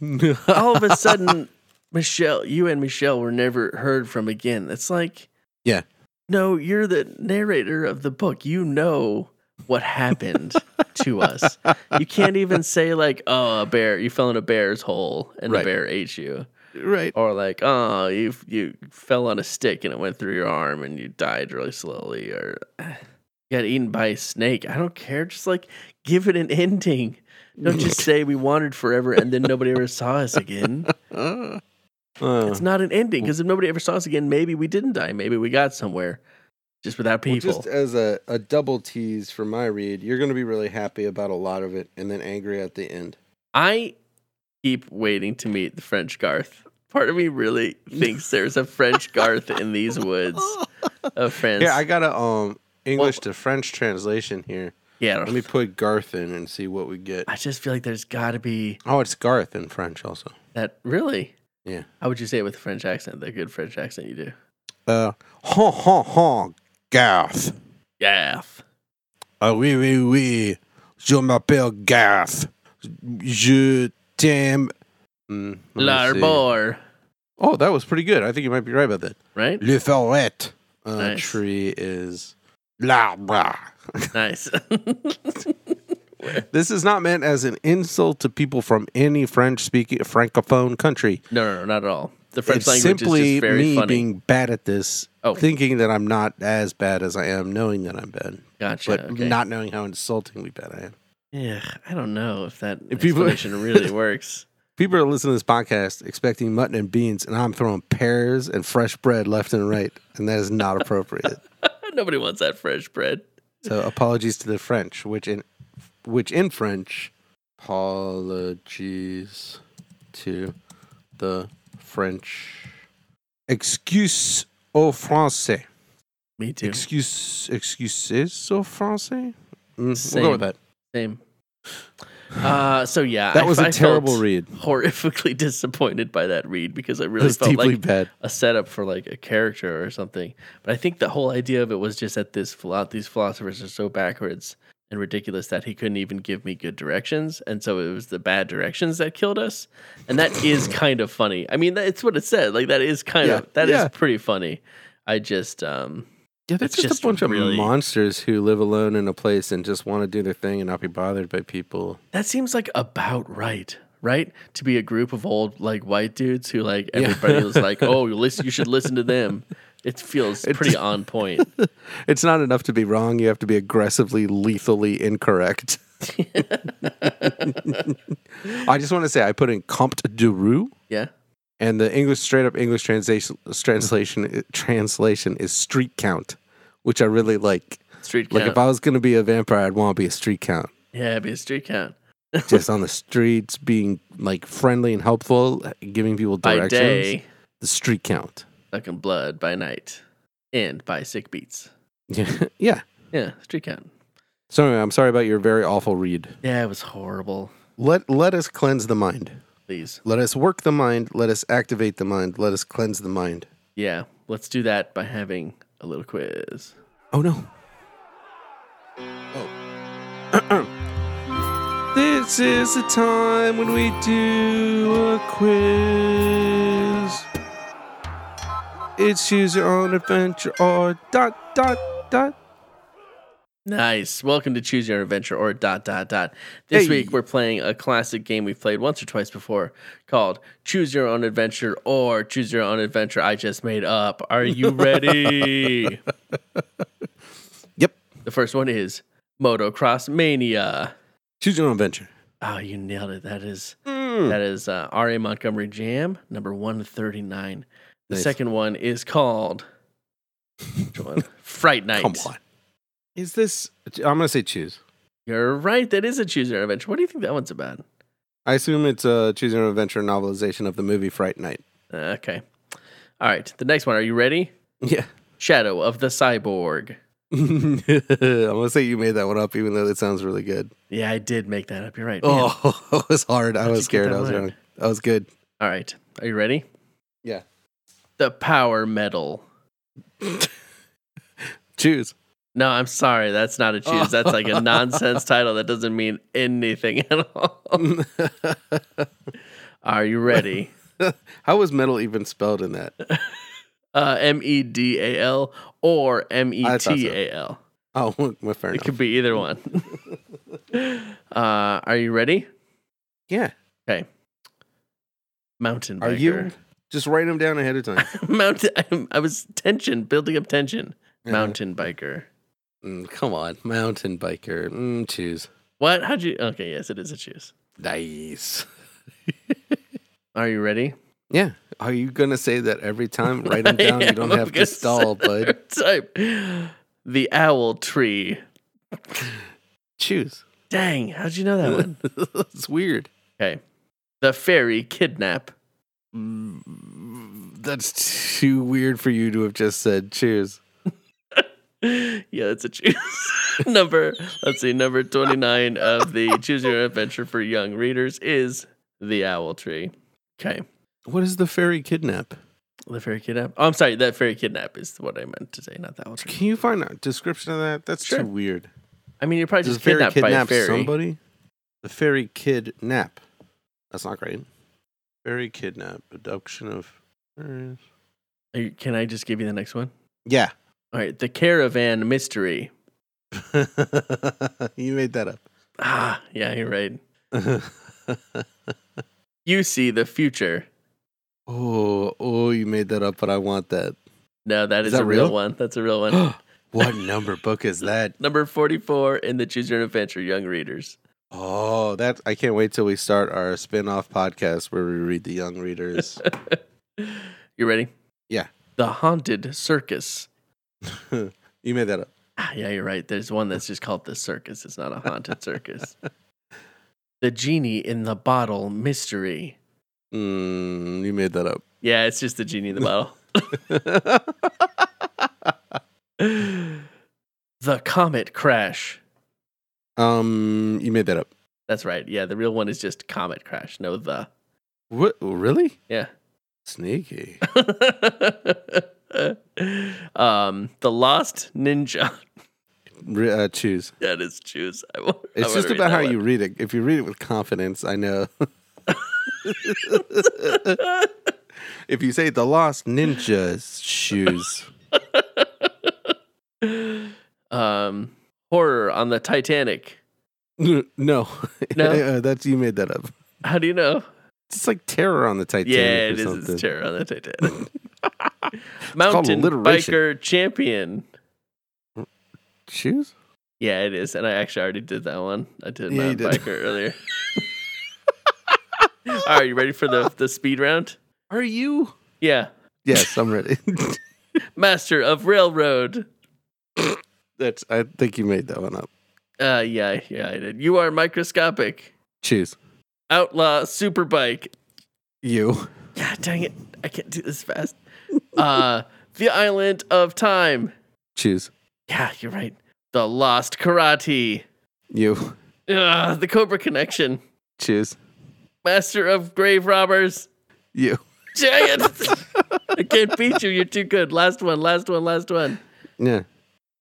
all of a sudden Michelle, you and Michelle were never heard from again. It's like Yeah. No, you're the narrator of the book. You know what happened to us. You can't even say like, "Oh, a bear, you fell in a bear's hole and the Right. bear ate you." Right. or like oh you you fell on a stick and it went through your arm and you died really slowly or "Ah, you got eaten by a snake i don't care just like give it an ending don't just say we wandered forever and then nobody ever saw us again Uh, It's not an ending because if nobody ever saw us again, maybe we didn't die. Maybe we got somewhere just without well, people. just uh, as a, a double tease for my read, you're going to be really happy about a lot of it and then angry at the end. I keep waiting to meet the French Garth. Part of me really thinks there's a French Garth in these woods of France. Yeah, I got a um English to French translation here. yeah. I Let don't- me put Garth in and see what we get. I just feel like there's got to be Oh, it's Garth in French also. that. Really? Yeah. How would you say it with a French accent? The good French accent you do. Uh, ha ha ha, Garth. Garth. Ah oui, oui, oui. Je m'appelle Garth. Je t'aime. Mm, let me see. L'arbor. Oh, that was pretty good. I think you might be right about that. Right? Le forêt. Uh, Nice. Tree is l'arbre. Nice. This is not meant as an insult to people from any French speaking francophone country. No, no, no, not at all. The French it's language simply is just very me funny. being bad at this, Oh. thinking that I'm not as bad as I am, knowing that I'm bad, gotcha. but okay. not knowing how insultingly bad I am. Yeah, I don't know if that If people- explanation really works. People are listening to this podcast expecting mutton and beans, and I'm throwing pears and fresh bread left and right, and that is not appropriate. Nobody wants that fresh bread. so apologies to the French, which in which in French, apologies to the French. Excuse au français. Me too. Excuse excuses au français. Mm, we'll Same. go with that. Same. Uh, so yeah, That I- was a I terrible felt read. Horrifically disappointed by that read because I It really was felt deeply like bad. a setup for like a character or something. But I think the whole idea of it was just that this philo- these philosophers are so backwards and ridiculous that he couldn't even give me good directions, and so it was the bad directions that killed us. And that is kind of funny. I mean, that- it's what it said. Like that is kind Yeah, of that is yeah. pretty funny. I just um Yeah, that's It's just, just a bunch really- of monsters who live alone in a place and just want to do their thing and not be bothered by people. That seems like about right, right? To be a group of old like white dudes who like Yeah. everybody was like, "Oh, you listen, you should listen to them." It feels It- pretty on point. It's not enough to be wrong. You have to be aggressively, lethally incorrect. I just want to say I put in Comte de Roux, Yeah. and the English straight up English translation translation translation is street count, which I really like. Street Like count. if I was gonna be a vampire, I'd want to be a street count, yeah, it'd be a street count. just on the streets, being like friendly and helpful, giving people By directions. day, The street count. sucking blood by night. And by sick beats. Yeah, yeah. Yeah, street count. So anyway, I'm sorry about your very awful read. Yeah, it was horrible. Let let us cleanse the mind. Please. Let us work the mind. Let us activate the mind. Let us cleanse the mind. Yeah. Let's do that by having a little quiz. Oh no. Oh. this is the time when we do a quiz. It's choose your own adventure or dot dot dot. Nice. Welcome to Choose Your Adventure or dot dot dot. This Hey. week we're playing a classic game we've played once or twice before called Choose Your Own Adventure or Choose Your Own Adventure I just made up. Are you ready? Yep. the first one is Motocross Mania. Choose your own adventure. Oh, you nailed it. That is Mm. that is uh, R.A. Montgomery Jam number 139. The Nice. second one is called which one? Fright Night. Come on. Is this? I'm gonna say choose. You're right. That is a Choose Your Own Adventure. What do you think that one's about? I assume it's a choose your own adventure novelization of the movie Fright Night. Uh, Okay. All right. The next one. Are you ready? Yeah. Shadow of the Cyborg. I'm gonna say you made that one up, even though it sounds really good. Yeah, I did make that up. You're right. man. Oh, it was hard. I How'd was you get scared. that I was right? wrong. I was good. All right. Are you ready? Yeah. The Power Metal. Choose. No, I'm sorry. That's not a choose. Oh. That's like a nonsense title that doesn't mean anything at all. Are you ready? How was metal even spelled in that? Uh, M E D A L or M E thought so. T A L. Oh, well, fair It enough. could be either one. uh, are you ready? yeah. Mountain biker. Are you? Just write them down ahead of time. mountain? I, I was tension, building up tension. Mountain biker. Mm, come on, mountain biker. Mm, choose. What? How'd you? Okay, yes, it is a choose. Nice. Are you ready? Yeah. Are you going to say that every time? Write them down. I You don't am have to gonna stall, say bud. it Type the owl tree. Choose. Dang, how'd you know that one? That's weird. Okay, the fairy kidnap. Mm, That's too weird for you to have just said choose. Yeah, that's a choose number. Let's see, number twenty nine of the Choose Your Own Adventure for Young Readers is the owl tree. Okay, What is the fairy kidnap? the fairy kidnap. Oh, I'm sorry, that fairy kidnap is what I meant to say, not the owl tree. Can you find a description of that? That's Sure. too weird. I mean, you're probably Does just the fairy kidnapped by a kidnap fairy. somebody? The fairy kidnap. That's not great. Fairy kidnap. Abduction of. Are you- Can I just give you the next one? Yeah. All right, the caravan mystery. you made that up. Ah, yeah, you're right. You see the future. oh, oh, you made that up, but I want that. No, that is, that a real? real? one. That's a real one. What number book is that? Number 44 in the Choose Your Own Adventure Young Readers. Oh, that I can't wait till we start our spin-off podcast where we read the young readers. You ready? Yeah. The Haunted Circus. you made that up. Ah, yeah, you're right. There's one that's just called The Circus. It's not a haunted circus. the Genie in the Bottle Mystery. Mm, you made that up. Yeah, it's just the Genie in the Bottle. the Comet Crash. Um, you made that up. That's right. Yeah, the real one is just Comet Crash. No, the. What? Really? Yeah. Sneaky. um, the Lost Ninja. Re- uh, choose. That is choose. I won't, I It's won't just read about that how one. you read it. If you read it with confidence, I know. if you say the lost ninja's shoes, Um, horror on the Titanic. no, no, No? Uh, that's you made that up. How do you know? It's like terror on the Titanic. yeah, or it is. something. It's terror on the Titanic. called Mountain alliteration. biker champion. Shoes? Yeah, it is. And I actually already did that one. I did Yeah, you mountain did. biker earlier. All right, you ready for the the speed round? Are you? Yeah, Yes, I'm ready. master of railroad. that's. I think you made that one up. Uh, yeah, yeah, I did. You are microscopic. Choose Outlaw superbike. you. God dang it. I can't do this fast. Uh The Island of Time. Choose Yeah, you're right. The Lost Karate. you. Ugh, the Cobra Connection. Choose Master of Grave Robbers. you. Dang it. I can't beat you. You're too good. Last one, last one, last one. Yeah,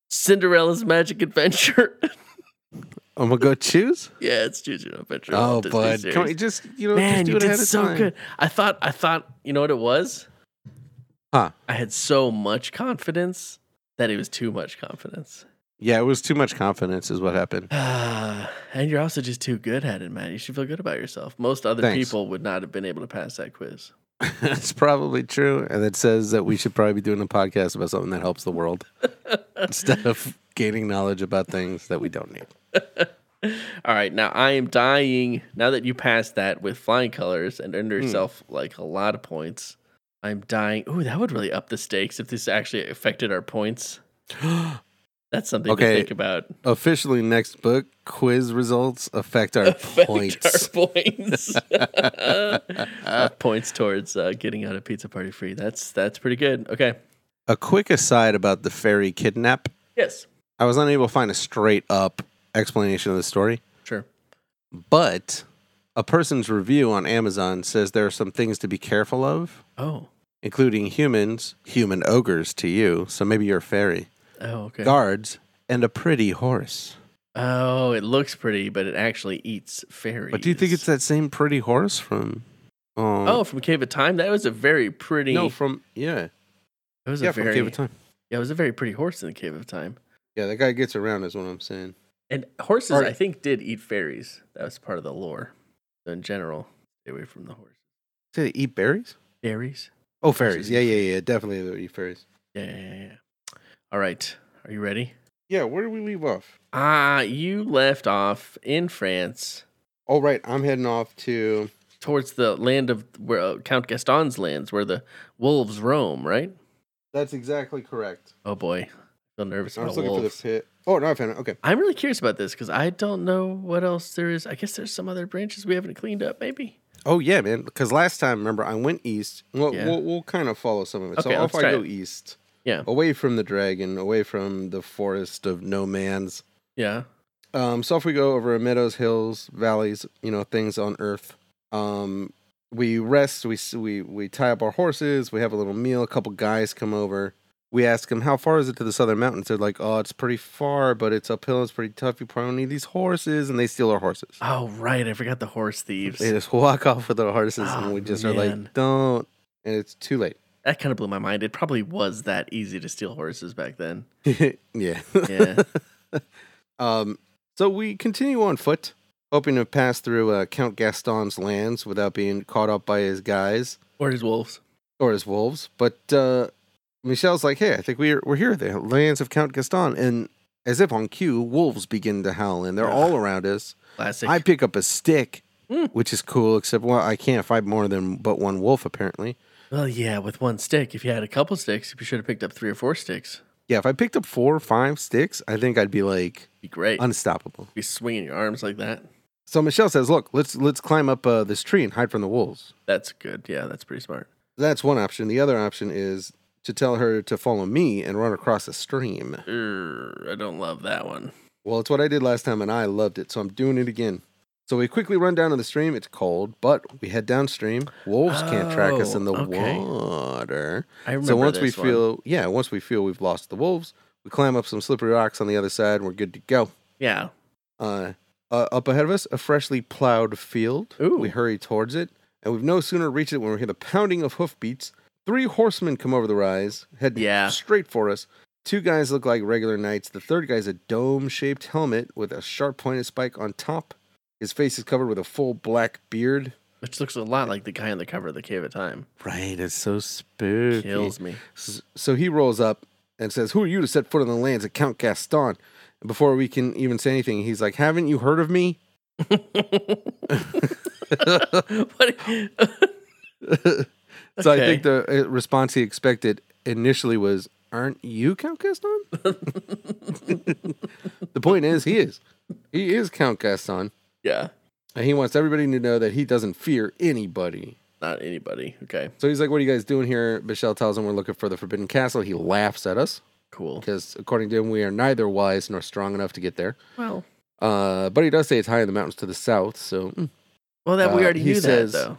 Cinderella's Magic Adventure. I'm gonna go choose. yeah, it's Choose Your Own Adventure. Oh, Walt Disney bud, series. can we just you know Man, just do you it did ahead of so time? good. I thought, I thought, you know what it was? Huh. I had so much confidence that it was too much confidence. Yeah, it was too much confidence, is what happened. Ah, and you're also just too good at it, man. You should feel good about yourself. Most other Thanks. people would not have been able to pass that quiz. That's probably true, and it says that we should probably be doing a podcast about something that helps the world instead of gaining knowledge about things that we don't need. All right, now I am dying. Now that you passed that with flying colors and earned yourself like a lot of points, I'm dying. Ooh, that would really up the stakes if this actually affected our points. That's something Okay. to think about. Officially, next book quiz results affect our points. Our points. Our points towards uh, getting out of pizza party free. That's that's pretty good. Okay. A quick aside about the fairy kidnap. Yes. I was unable to find a straight up explanation of the story, Sure. but a person's review on Amazon says there are some things to be careful of, Oh. including humans, human ogres to you, so maybe you're a fairy, Oh. Okay. guards, and a pretty horse. Oh, it looks pretty, but it actually eats fairies. But do you think it's that same pretty horse from? um, Oh, from Cave of Time. That was a very pretty. no, from yeah, it was yeah, a from very. Cave of Time. Yeah, it was a very pretty horse in the Cave of Time. Yeah, that guy gets around, is what I'm saying. And horses, Or- I think, did eat fairies. That was part of the lore. So in general, stay away from the horse. Did they eat berries? Fairies. Oh, fairies. Yeah, yeah, yeah. Definitely they eat fairies. Yeah, yeah, yeah, yeah. All right. Are you ready? Yeah, where do we leave off? Ah, you left off in France. All right, I'm heading off to towards the land of where uh, Count Gaston's lands, where the wolves roam, right? That's exactly correct. Oh boy, I feel nervous I was about looking wolves. for the pit. Oh no, I found it. Okay. I'm really curious about this because I don't know what else there is. I guess there's some other branches we haven't cleaned up, maybe. Oh yeah, man. Because last time, remember, I went east. We'll Yeah. we'll, we'll kind of follow some of it. Okay, so off let's I try go it. east, Yeah, away from the dragon, away from the forest of no man's. yeah, Um, so if we go over meadows, hills, valleys, you know, things on earth. Um, we rest, we s- we we tie up our horses, we have a little meal. A couple guys come over. We ask them how far is it to the southern mountains. They're like, oh, it's pretty far, but it's uphill. It's pretty tough. You probably need these horses, and they steal our horses. Oh right, I forgot the horse thieves. They just walk off with our horses, Oh, and we just are man. like, don't. And it's too late. That kind of blew my mind. It probably was that easy to steal horses back then. yeah. Yeah. Um, so we continue on foot, hoping to pass through uh, Count Gaston's lands without being caught up by his guys or his wolves. or his wolves. But uh, Michelle's like, "Hey, I think we're we're here, the lands of Count Gaston." And as if on cue, wolves begin to howl, and they're all around us. Classic. I pick up a stick, Hmm. which is cool. Except, well, I can't fight more than but one wolf apparently. well, yeah, with one stick. If you had a couple sticks, you should have picked up three or four sticks. Yeah, if I picked up four or five sticks, I think I'd be like Be great. unstoppable. be swinging your arms like that. So Michelle says, "Look, let's let's climb up uh, this tree and hide from the wolves." That's good. Yeah, that's pretty smart. That's one option. The other option is to tell her to follow me and run across a stream. Err, I don't love that one. Well, it's what I did last time and I loved it, so I'm doing it again. So we quickly run down to the stream. It's cold, but we head downstream. Wolves can't track us in the Oh, okay. water. I remember So once we this one. feel, yeah, once we feel we've lost the wolves, we climb up some slippery rocks on the other side and we're good to go. Yeah. Uh, uh, up ahead of us, a freshly plowed field. Ooh. We hurry towards it, and we've no sooner reached it when we hear the pounding of hoofbeats. Three horsemen come over the rise, heading Yeah. straight for us. Two guys look like regular knights. The third guy's a dome shaped helmet with a sharp pointed spike on top. His face is covered with a full black beard. Which looks a lot like the guy on the cover of the Cave of Time. Right, it's so spooky. Kills me. S- So he rolls up and says, Who are you to set foot on the lands of Count Gaston? And before we can even say anything, he's like, Haven't you heard of me? What- So I Okay. think the uh, response he expected initially was, "Aren't you Count Gaston?" the point is, he is. He is Count Gaston, yeah. and he wants everybody to know that he doesn't fear anybody. Not anybody. Okay. So he's like, "What are you guys doing here?" Michelle tells him, "We're looking for the Forbidden Castle." He laughs at us Cool. because, according to him, we are neither wise nor strong enough to get there. Well, Uh, but he does say it's high in the mountains to the south. So mm, well, that we Uh, already he knew says- that though.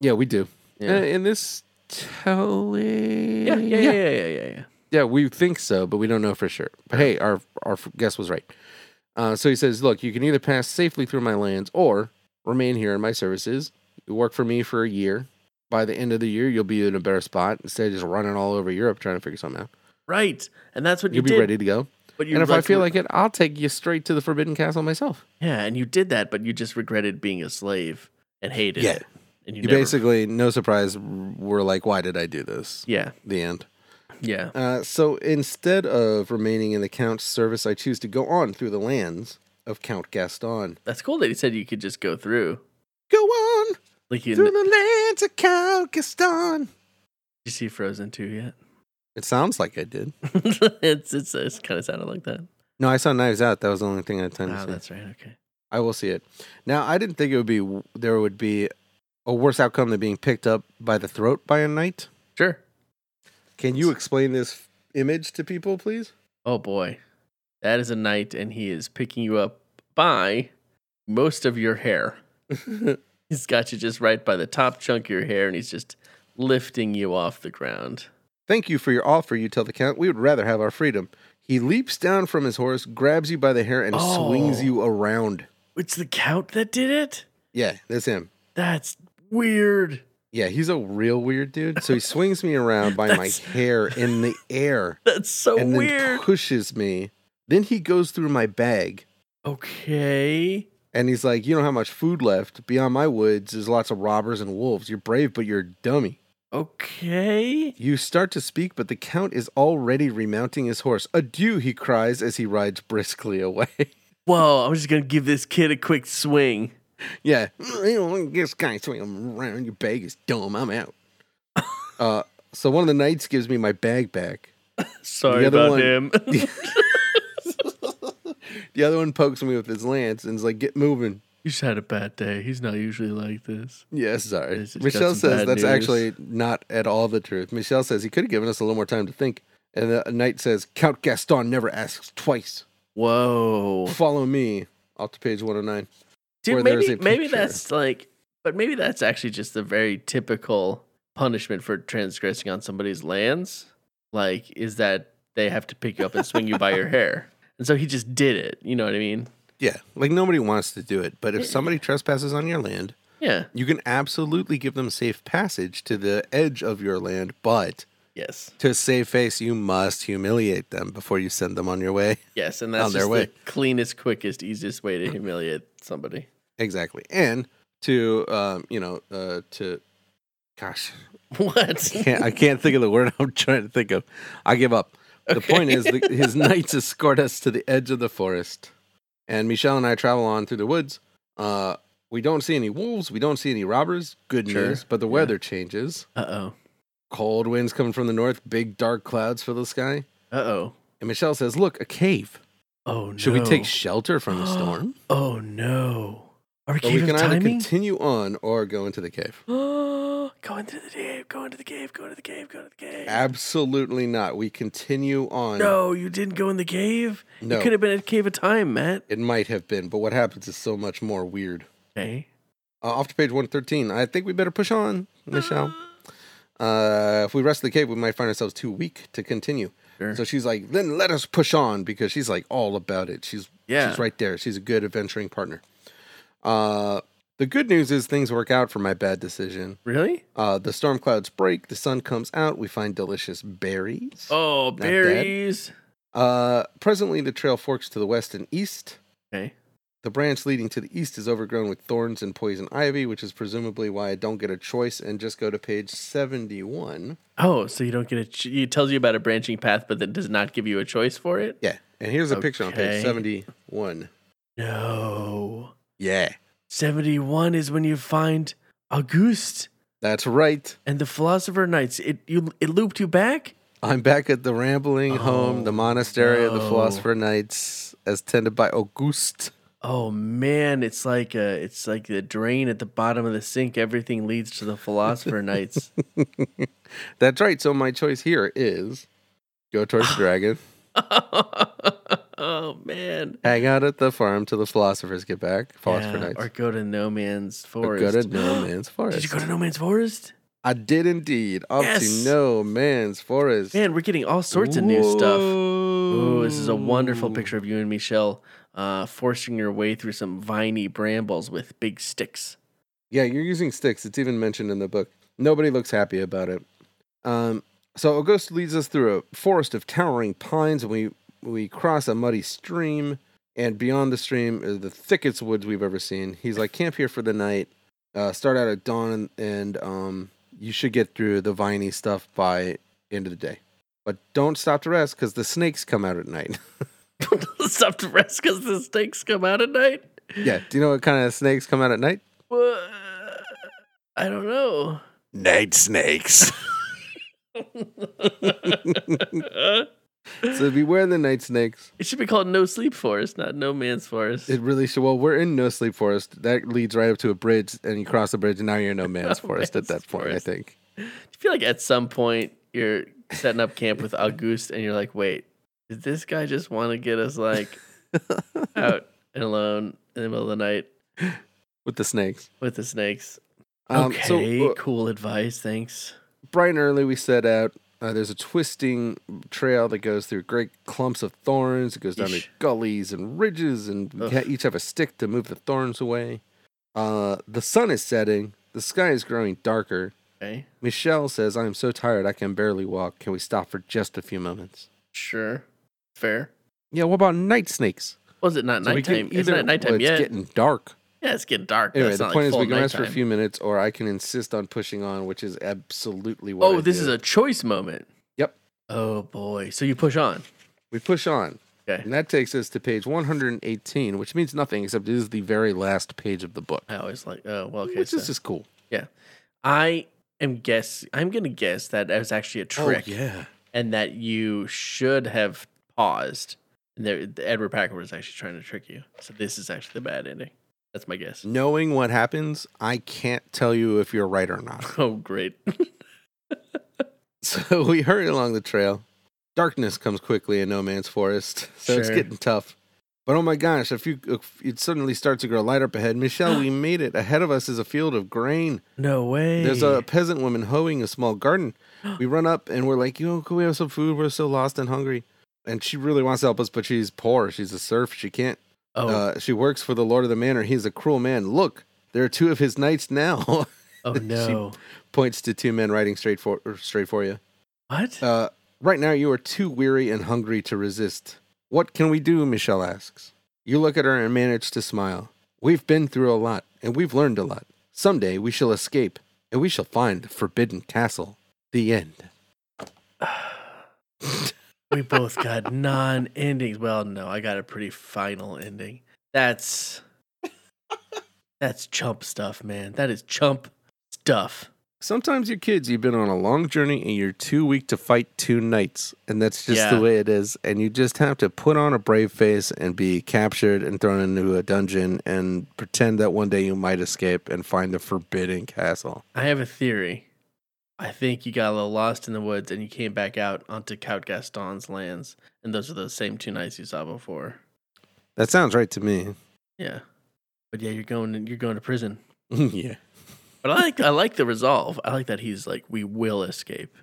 yeah, we do. Yeah. Uh, in this telling, yeah, yeah, yeah, yeah, yeah, yeah, yeah. Yeah, we think so, but we don't know for sure. But hey, our our guess was right. Uh, so he says, "Look, you can either pass safely through my lands or remain here in my services. You work for me for a year. By the end of the year, you'll be in a better spot instead of just running all over Europe trying to figure something out. Right. And that's what You'll you be did. ready to go. But you And if I like- feel like it, I'll take you straight to the Forbidden Castle myself. yeah, and you did that, but you just regretted being a slave and hated Yeah. it. And you, You never, basically, no surprise, were like, "Why did I do this?" yeah, The end. yeah, Uh, so instead of remaining in the Count's service, I choose to go on through the lands of Count Gaston. that's cool that he said you could just go through. Go on Like you, through did the lands of Count Gaston. you see Frozen two yet? It sounds like I did. it's it's, it's kind of sounded like that. No, I saw Knives Out. That was the only thing I had time Oh, to see. that's right. Okay. I will see it. Now, I didn't think it would be there would be a worse outcome than being picked up by the throat by a knight. Sure. Can you explain this image to people, please? Oh boy, that is a knight, and he is picking you up by most of your hair. he's got you just right by the top chunk of your hair, and he's just lifting you off the ground. Thank you for your offer, you tell the count. We would rather have our freedom. He leaps down from his horse, grabs you by the hair, and swings Oh. you around. It's the count that did it. Yeah, that's him. That's weird. Yeah, he's a real weird dude. So he swings me around by my That's- hair in the air That's so and then weird. pushes me. Then he goes through my bag okay. and he's like, You don't have much food left. Beyond my woods, there's lots of robbers and wolves. You're brave, but you're a dummy. Okay. You start to speak, but the count is already remounting his horse. Adieu, he cries as he rides briskly away. Whoa, I'm just gonna give this kid a quick swing. Yeah, you know, this guy swinging around your bag is dumb. I'm out. uh, so one of the knights gives me my bag back. Sorry The other about one- him. The other one pokes me with his lance and is like, "Get moving." He's had a bad day. He's not usually like this. Yeah, sorry. This has got Michelle some says bad that's news. actually not at all the truth. Michelle says he could have given us a little more time to think. And the knight says, "Count Gaston never asks twice. Whoa. Follow me." Off to page one hundred nine. Where Dude, there is maybe a maybe picture. that's like but maybe that's actually just a very typical punishment for transgressing on somebody's lands. Like, is that they have to pick you up and swing you by your hair. And so he just did it. You know what I mean? Yeah, like nobody wants to do it, but if somebody trespasses on your land, Yeah. you can absolutely give them safe passage to the edge of your land, but Yes. to save face, you must humiliate them before you send them on your way. Yes. And that's On their just way. the cleanest, quickest, easiest way to humiliate somebody. Exactly, and to um, you know, uh, to gosh, What? can't, I can't think of the word I'm trying to think of. I give up. The point is, the, his knights escort us to the edge of the forest, and Michelle and I travel on through the woods. Uh, we don't see any wolves. We don't see any robbers. Good Sure, news, but the yeah. weather changes. Uh oh. Cold winds coming from the north. Big dark clouds fill the sky. Uh oh. And Michelle says, "Look, a cave. Oh no. Should we take shelter from the storm, Oh no. Are we or we cave can of either timing? continue on or go into the cave?" go into the cave, go into the cave, go into the cave, go to the cave. Absolutely not. We continue on. no, you didn't go in the cave. No. It could have been a cave of time, Matt. It might have been, but what happens is so much more weird. Okay. Uh, off to page 113. I think we better push on, Michelle. Uh, if we rest in the cave, we might find ourselves too weak to continue. Sure. So she's like, then let us push on because she's like all about it. She's Yeah. she's right there. She's a good adventuring partner. Uh, the good news is things work out for my bad decision. Really? Uh, the storm clouds break. The sun comes out. We find delicious berries. Oh, bad. berries. Uh, presently, the trail forks to the west and east. Okay. The branch leading to the east is overgrown with thorns and poison ivy, which is presumably why I don't get a choice and just go to page 71. Oh, so you don't get a. Ch- it tells you about a branching path, but that does not give you a choice for it. Yeah. And here's a picture on Okay. page 71. No. Yeah. Seventy-one is when you find Auguste That's right. and the Philosopher Knights. It you it looped you back. I'm back at the rambling home, the Oh, monastery of the no. philosopher knights, as tended by Auguste. Oh man, it's like a it's like the drain at the bottom of the sink. Everything leads to the philosopher nights. That's right. So my choice here is go towards the dragon, oh man. hang out at the farm till the philosophers get back, philosopher Yeah, knights, Or go to no man's or forest. go to no man's forest. Did you go to no man's forest? I did indeed. Up Yes. to no man's forest. Man, we're getting all sorts of new stuff. Ooh, Ooh, this is a wonderful picture of you and Michelle uh, forcing your way through some viney brambles with big sticks. Yeah, you're using sticks. It's even mentioned in the book. Nobody looks happy about it. Um, so Auguste leads us through a forest of towering pines, and we we cross a muddy stream, and beyond the stream are the thickest woods we've ever seen. He's like, camp here for the night. Uh, start out at dawn, and, and um, you should get through the viney stuff by end of the day. But don't stop to rest because the snakes come out at night. Stop to rest because the stakes come out at night. yeah, do you know what kind of snakes come out at night? Wha- I don't know. Night snakes. so beware the night snakes. It should be called No Sleep Forest, not No Man's Forest. It really should. Well, we're in No Sleep Forest. That leads right up to a bridge, and you cross the bridge, and now you're in No Man's Forest at Man's that point, Forest. I think. I feel like at some point you're setting up camp with Auguste and you're like, wait, did this guy just want to get us like out and alone in the middle of the night With the snakes. with the snakes? Um, okay, So, uh, cool advice. Thanks. bright and early, we set out. Uh, there's a twisting trail that goes through great clumps of thorns. It goes down to Yeesh. gullies and ridges, and we Ugh. ha- each have a stick to move the thorns away. Uh, the sun is setting. The sky is growing darker. Okay, Michelle says, I am so tired I can barely walk. Can we stop for just a few moments? sure, fair. Yeah, what about night snakes? Was it not So we nighttime? can It's either- not nighttime well, it's yet. getting dark. yeah, it's getting dark. Anyway, That's the not, point like, is we full can rest for a nighttime. few minutes, or I can insist on pushing on, which is absolutely what Oh, I this did. is a choice moment. Yep. Oh boy. So you push on. We push on. Okay. And that takes us to page 118, which means nothing except it is the very last page of the book, I always like, oh, well, okay. which so- is just cool. yeah. I am guess. I'm going to guess that that was actually a trick Oh, yeah. and that you should have paused. And there, Edward Packard was actually trying to trick you. So this is actually the bad ending. That's my guess. Knowing what happens, I can't tell you if you're right or not. Oh, great. So we hurry along the trail. Darkness comes quickly in no man's forest, so it's Sure. getting tough. But oh my gosh, if you if it suddenly starts to grow light up ahead, Michelle, we made it. Ahead of us is a field of grain. no way. There's a peasant woman hoeing a small garden. We run up and we're like, "Yo, can we have some food? We're so lost and hungry." And she really wants to help us, but she's poor. She's a serf. She can't. Oh, Uh, she works for the lord of the manor. He's a cruel man. Look, there are two of his knights now. oh she- no. Points to two men riding straight for er, straight for you. what? Uh, right now, you are too weary and hungry to resist. What can we do? Michelle asks. You look at her and manage to smile. We've been through a lot, and we've learned a lot. Someday we shall escape, and we shall find the Forbidden Castle. The end. we both got non endings. Well, no, I got a pretty final ending. That's that's chump stuff, man. That is chump stuff. Sometimes you're kids, you've been on a long journey, and you're too weak to fight two knights, and that's just Yeah. the way it is. And you just have to put on a brave face and be captured and thrown into a dungeon and pretend that one day you might escape and find the Forbidden Castle. I have a theory. I think you got a little lost in the woods and you came back out onto Count Gaston's lands, and those are those same two knights you saw before. That sounds right to me. Yeah, but yeah, you're going you're going to prison. yeah. But I like I like the resolve. I like that he's like, we will escape.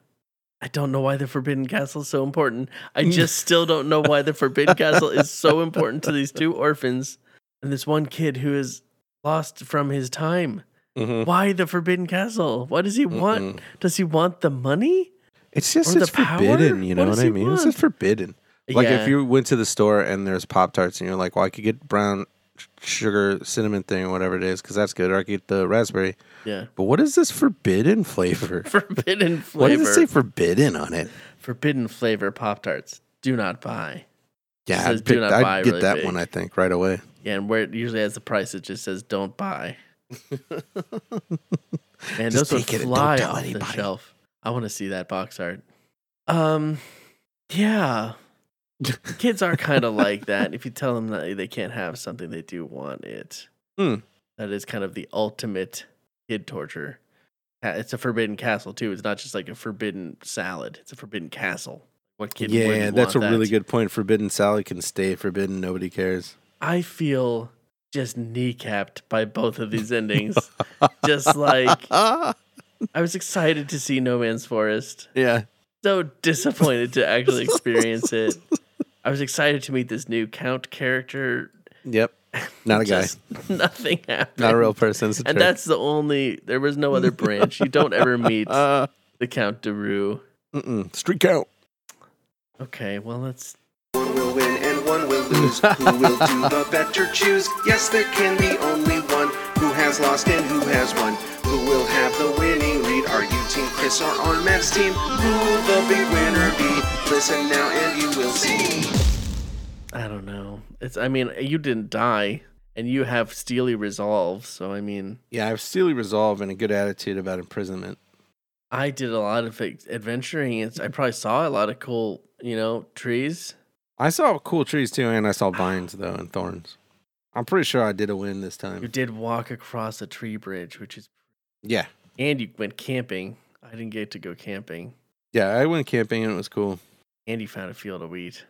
I don't know why the Forbidden Castle is so important. I just still don't know why the Forbidden Castle is so important to these two orphans and this one kid who is lost from his time. Why the Forbidden Castle? What does he want? Mm. Mm-mm. Does he want the money? It's just Or it's the power? forbidden, you know What what, does I he mean? It's want? just forbidden. Like Yeah. if you went to the store and there's Pop Tarts and you're like, well, I could get brown sh- sugar cinnamon thing or whatever it is because that's good, or I could get the raspberry. yeah But what is this forbidden flavor? forbidden What does it say flavor forbidden on it? forbidden flavor pop tarts do not buy. Yeah, says I'd, do pick- not I'd buy get really that big. one, I think, right away. Yeah, and where it usually has the price, it just says "Don't buy." Man, Just those would take it and don't fly tell off the anybody. shelf. I want to see that box art. Um, yeah, kids are kind of like that. If you tell them that they can't have something, they do want it. Hmm. That is kind of the ultimate kid torture. Uh, It's a forbidden castle too. It's not just like a forbidden salad. It's a forbidden castle. What kid? yeah, wouldn't that's a want really that? good point. Forbidden salad can stay forbidden. Nobody cares. I feel just kneecapped by both of these endings. just like Ah, I was excited to see No Man's Forest, yeah. so disappointed to actually experience it. I was excited to meet this new count character. Yep. Not a guy. Just Nothing happened. Not a real person. It's a And trick. that's the only. There was no other branch. You don't ever meet Uh, the Count Daru. mm-mm. Street count. Okay, well let's. One will win and one will lose. who will do the better choose? Yes, there can be only one who has lost and who has won. Who will have the winning lead? Are you Team Chris or on Matt's team? Who will the big winner be? Listen now and you will see. I don't know. It's. I mean, you didn't die, and you have steely resolve. So I mean, Yeah, I have steely resolve and a good attitude about imprisonment. I did a lot of ex- adventuring. It's, I probably saw a lot of cool, you know, trees. I saw cool trees too, and I saw vines though and thorns. I'm pretty sure I did a win this You time. did walk across a tree bridge, which is, Yeah, and you went camping. I didn't get to go camping. yeah, I went camping and it was cool. And you found a field of wheat.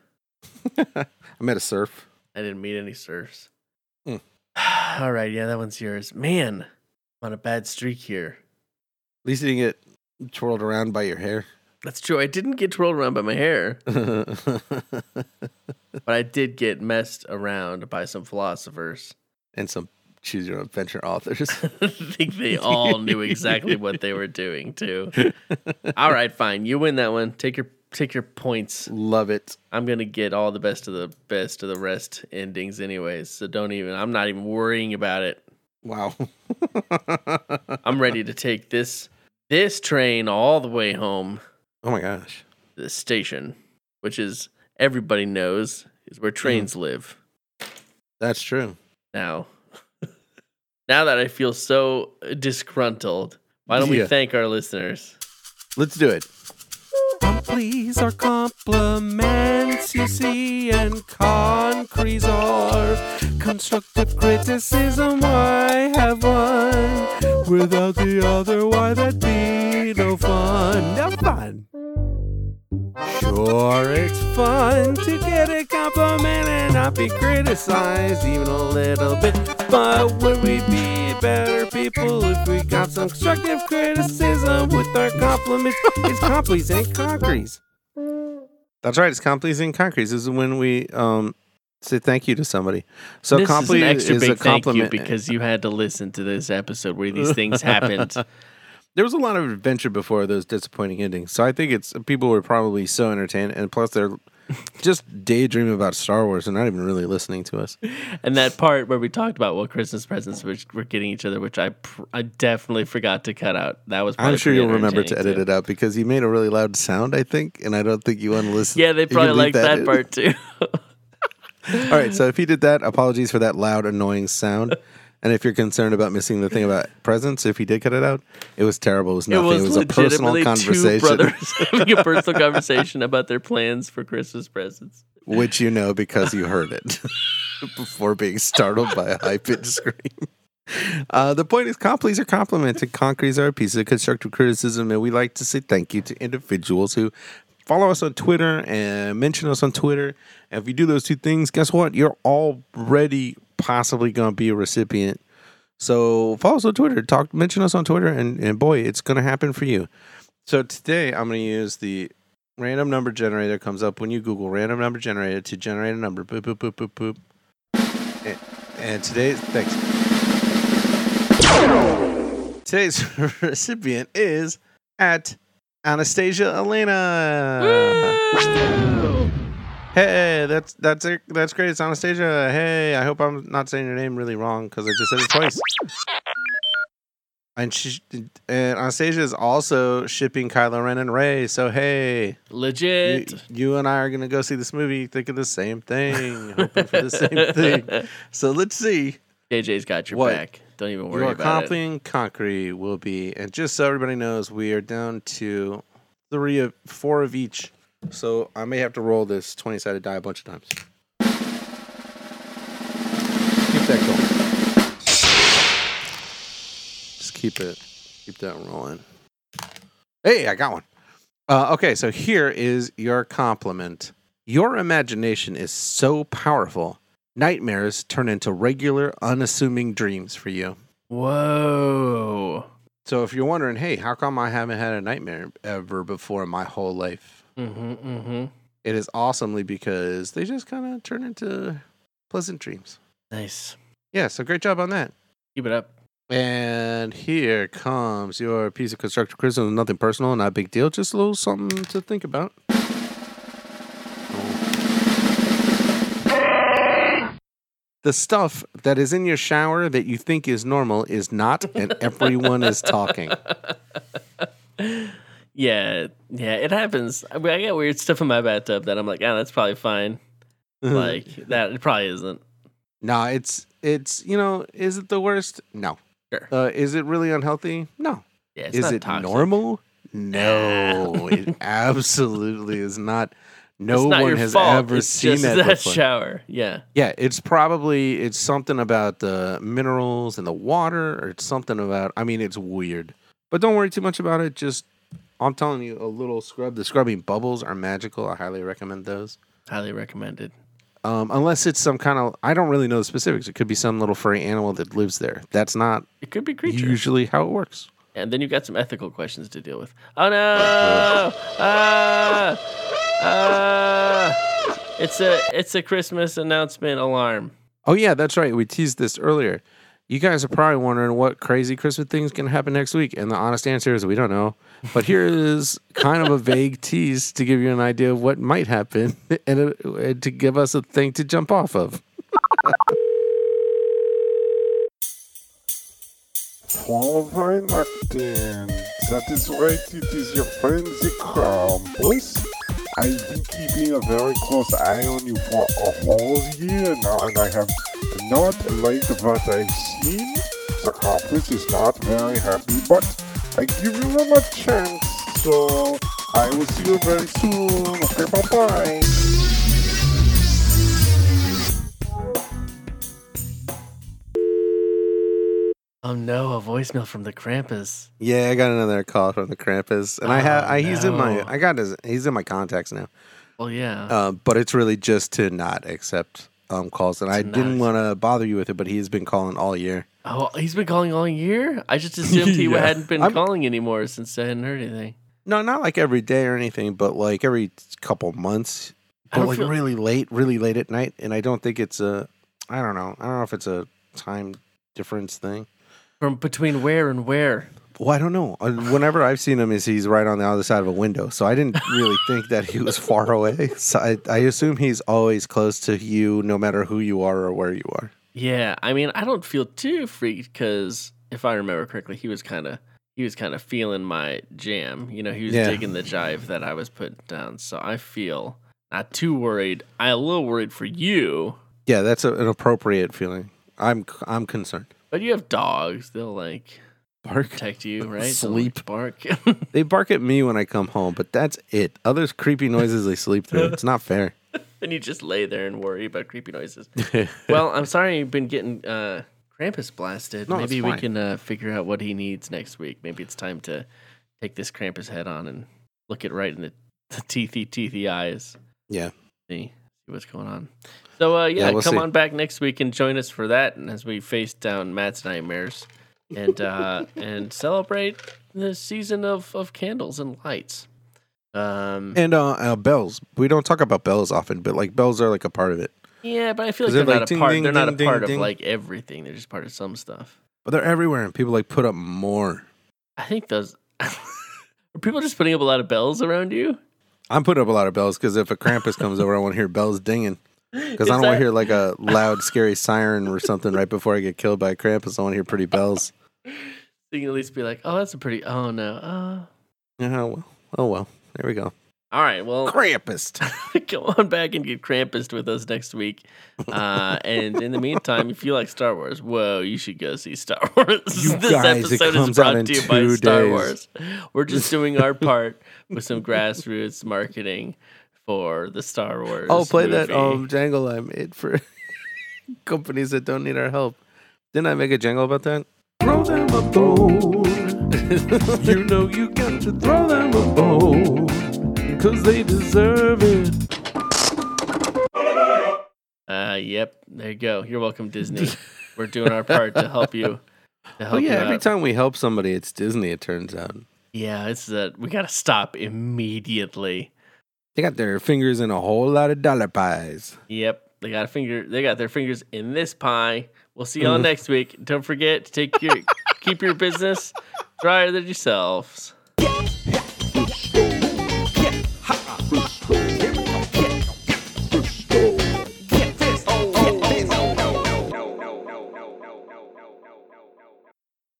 I met a surf. I didn't meet any serfs. Mm. All right, yeah, that one's yours. Man, I'm on a bad streak here. At least you didn't get twirled around by your hair. That's true. I didn't get twirled around by my hair, but I did get messed around by some philosophers. and some choose your own adventure authors. I think they all knew exactly what they were doing too. All right, fine. You win that one. Take your take your points. Love it. I'm gonna get all the best of the best of the rest endings anyways. So don't even I'm not even worrying about it. Wow. I'm ready to take this this train all the way home oh my gosh. to the station, which is everybody knows is where trains live. That's true. Now, now that I feel so disgruntled, why don't we Yeah. thank our listeners? Let's do it. Please are compliments, you see, and concretes are constructive criticism. I have one without the other. Why that'd be no fun? No fun. Sure, it's fun to get a compliment and not be criticized even a little bit. But would we be better people if we got some constructive criticism with our compliments? It's compliments and concretes. That's right. It's complees and concretes. This is when we um say thank you to somebody. So this is an complete is, extra big a compliment thank you because you had to listen to this episode where these things happened. there was a lot of adventure before those disappointing endings. So I think it's people were probably so entertained, and plus they're just daydreaming about Star Wars and not even really listening to us. and that part where we talked about what Christmas presents which we're getting each other, which I pr- I definitely forgot to cut out. That was I'm probably sure you'll pretty remember to entertaining, edit it too. out because you made a really loud sound, I think, and I don't think you want to listen. Yeah, they you can probably leave liked that, in. part too. All right, so if you did that, apologies for that loud, annoying sound. And if you're concerned about missing the thing about presents, if you did cut it out, it was terrible. It was it nothing. was, It was, a personal legitimately two conversation, brothers having a personal conversation about their plans for Christmas presents. which you know because you heard it before being startled by a high pitched scream. Uh, the point is, completes are compliments and concretes are a piece of constructive criticism, and we like to say thank you to individuals who follow us on Twitter and mention us on Twitter. And if you do those two things, guess what? You're already possibly going to be a recipient So follow us on Twitter. Talk, mention us on Twitter, and, and boy, it's gonna happen for you. So today I'm gonna use the random number generator that comes up when you Google random number generator to generate a number. Boop boop boop boop boop. And, and today, thanks. Today's recipient is at Anastasia Elena. Hey, that's that's it. That's great. It's Anastasia. Hey, I hope I'm not saying your name really wrong because I just said it twice. And she and Anastasia is also shipping Kylo Ren and Ray. So hey, you, Legit. you and I are gonna go see this movie. Think of the same thing, hoping for the same thing. So let's see JJ's got your What? back. Don't even worry your about it. compliment concrete will be. And just so everybody knows, we are down to three of four of each. So I may have to roll this twenty sided die a bunch of times. Keep that going. Just keep it. Keep that rolling. Hey, I got one. Uh, okay, so here is your compliment. Your imagination is so powerful. Nightmares turn into regular, unassuming dreams for you. Whoa. So if you're wondering, hey, how come I haven't had a nightmare ever before in my whole life? Mm-hmm, mm-hmm. It is awesomely because they just kind of turn into pleasant dreams. Nice. Yeah, so great job on that. Keep it up. And here comes your piece of constructive criticism. Nothing personal, not a big deal. Just a little something to think about. The stuff that is in your shower that you think is normal is not, and everyone is talking. Yeah, yeah, it happens. I, mean, I got weird stuff in my bathtub that I'm like, ah, that's probably fine. like that, it probably isn't. No, it's it's you know, is it the worst? No. Sure. Uh, is it really unhealthy? No. Yeah, it's is not it toxic. normal? No, it absolutely is not. It's No not one your has fault. ever it's seen just that, that, before. shower. Yeah, Yeah, it's probably it's something about the minerals in the water, or it's something about. I mean, it's weird, but don't worry too much about it. Just I'm telling you, a little scrub. The scrubbing bubbles are magical. I highly recommend those. highly recommended. Um, unless it's some kind of, I don't really know the specifics. It could be some little furry animal that lives there. That's not It could be creature. usually how it works. And then you got some ethical questions to deal with. Oh no! Ah! Ah! It's a it's a Christmas announcement alarm. Oh, yeah, that's right. We teased this earlier. You guys are probably wondering what crazy Christmas thing's going to happen next week. And the honest answer is we don't know. But here is kind of a vague tease to give you an idea of what might happen and, uh, and to give us a thing to jump off of. Qualifying lockdown. Satisfied it is your fancy crumbles. I've been keeping a very close eye on you for a whole year now, and I have not liked what I've seen. The conference is not very happy, but I give you a chance, so I will see you very soon. Okay, bye-bye. Oh no, a voicemail from the Krampus. Yeah, I got another call from the Krampus, and I have Oh, I, he's in my no. I got his he's in my contacts now. Well, yeah. Um, but it's really just to not accept um calls, and I not didn't want to bother you with it, but he's been calling all year. oh, he's been calling all year. I just assumed he Yeah. hadn't been I'm- calling anymore since I hadn't heard anything. No, not like every day or anything, but like every couple months, I but don't like feel- really late, really late at night. And I don't think it's a I don't know I don't know if it's a time difference thing. From between where and where? Well, I don't know. Uh, Whenever I've seen him, is he's right on the other side of a window. So I didn't really think that he was far away. So I, I assume he's always close to you, no matter who you are or where you are. Yeah, I mean, I don't feel too freaked because if I remember correctly, he was kind of he was kind of feeling my jam. You know, he was Yeah. digging the jive that I was putting down. So I feel not too worried. I a little worried for you, Yeah, that's a, an appropriate feeling. I'm I'm concerned. but you have dogs. They'll like Bark. protect you, right? They'll, like, Sleep. bark. They bark at me when I come home, but that's it. Others creepy noises they sleep through. It's not fair. and you just lay there and worry about creepy noises. well, I'm sorry you've been getting uh, Krampus blasted. No, it's Maybe we fine. can uh, figure out what he needs next week. Maybe it's time to take this Krampus head on and look it right in the, the teethy, teethy eyes. Yeah. See, see what's going on. So, uh, yeah, Yeah, we'll come see. on back next week and join us for that and as we face down Matt's nightmares and uh, and celebrate the season of, of candles and lights. Um, And uh, uh, bells. We don't talk about bells often, but like bells are like a part of it. Yeah, but I feel like 'Cause they're, they're like not ding, a part. ding, they're not ding, a part ding, of ding. like everything. They're just part of some stuff. But they're everywhere, and people like put up more. I think those are people just putting up a lot of bells around you. I'm putting up a lot of bells because if a Krampus comes over, I want to hear bells dinging. Because I don't want to hear like a loud, scary siren or something right before I get killed by a Krampus. I want to hear pretty bells. You can at least be like, "Oh, that's a pretty." Oh no. Uh. Yeah, well, oh well. There we go. All right. Well, Krampus. come on back and get Krampus with us next week. Uh, and in the meantime, if you like Star Wars, whoa, you should go see Star Wars. You guys, it comes out in two days. We're just doing our part with some grassroots marketing for the Star Wars. Oh, play that movie. um jangle I made for companies that don't need our help. Didn't I make a jangle about that? Throw them a bone. you know you got to throw them a bone. Cause they deserve it. Uh, yep. There you go. You're welcome, Disney. We're doing our part to help you. To help Oh yeah, you every out. time we help somebody, it's Disney. It turns out Yeah, this is it. We gotta stop immediately. they got their fingers in a whole lot of dollar pies. Yep. They got a finger. They got their fingers in this pie. We'll see y'all next week. Don't forget to take your keep your business drier than yourselves.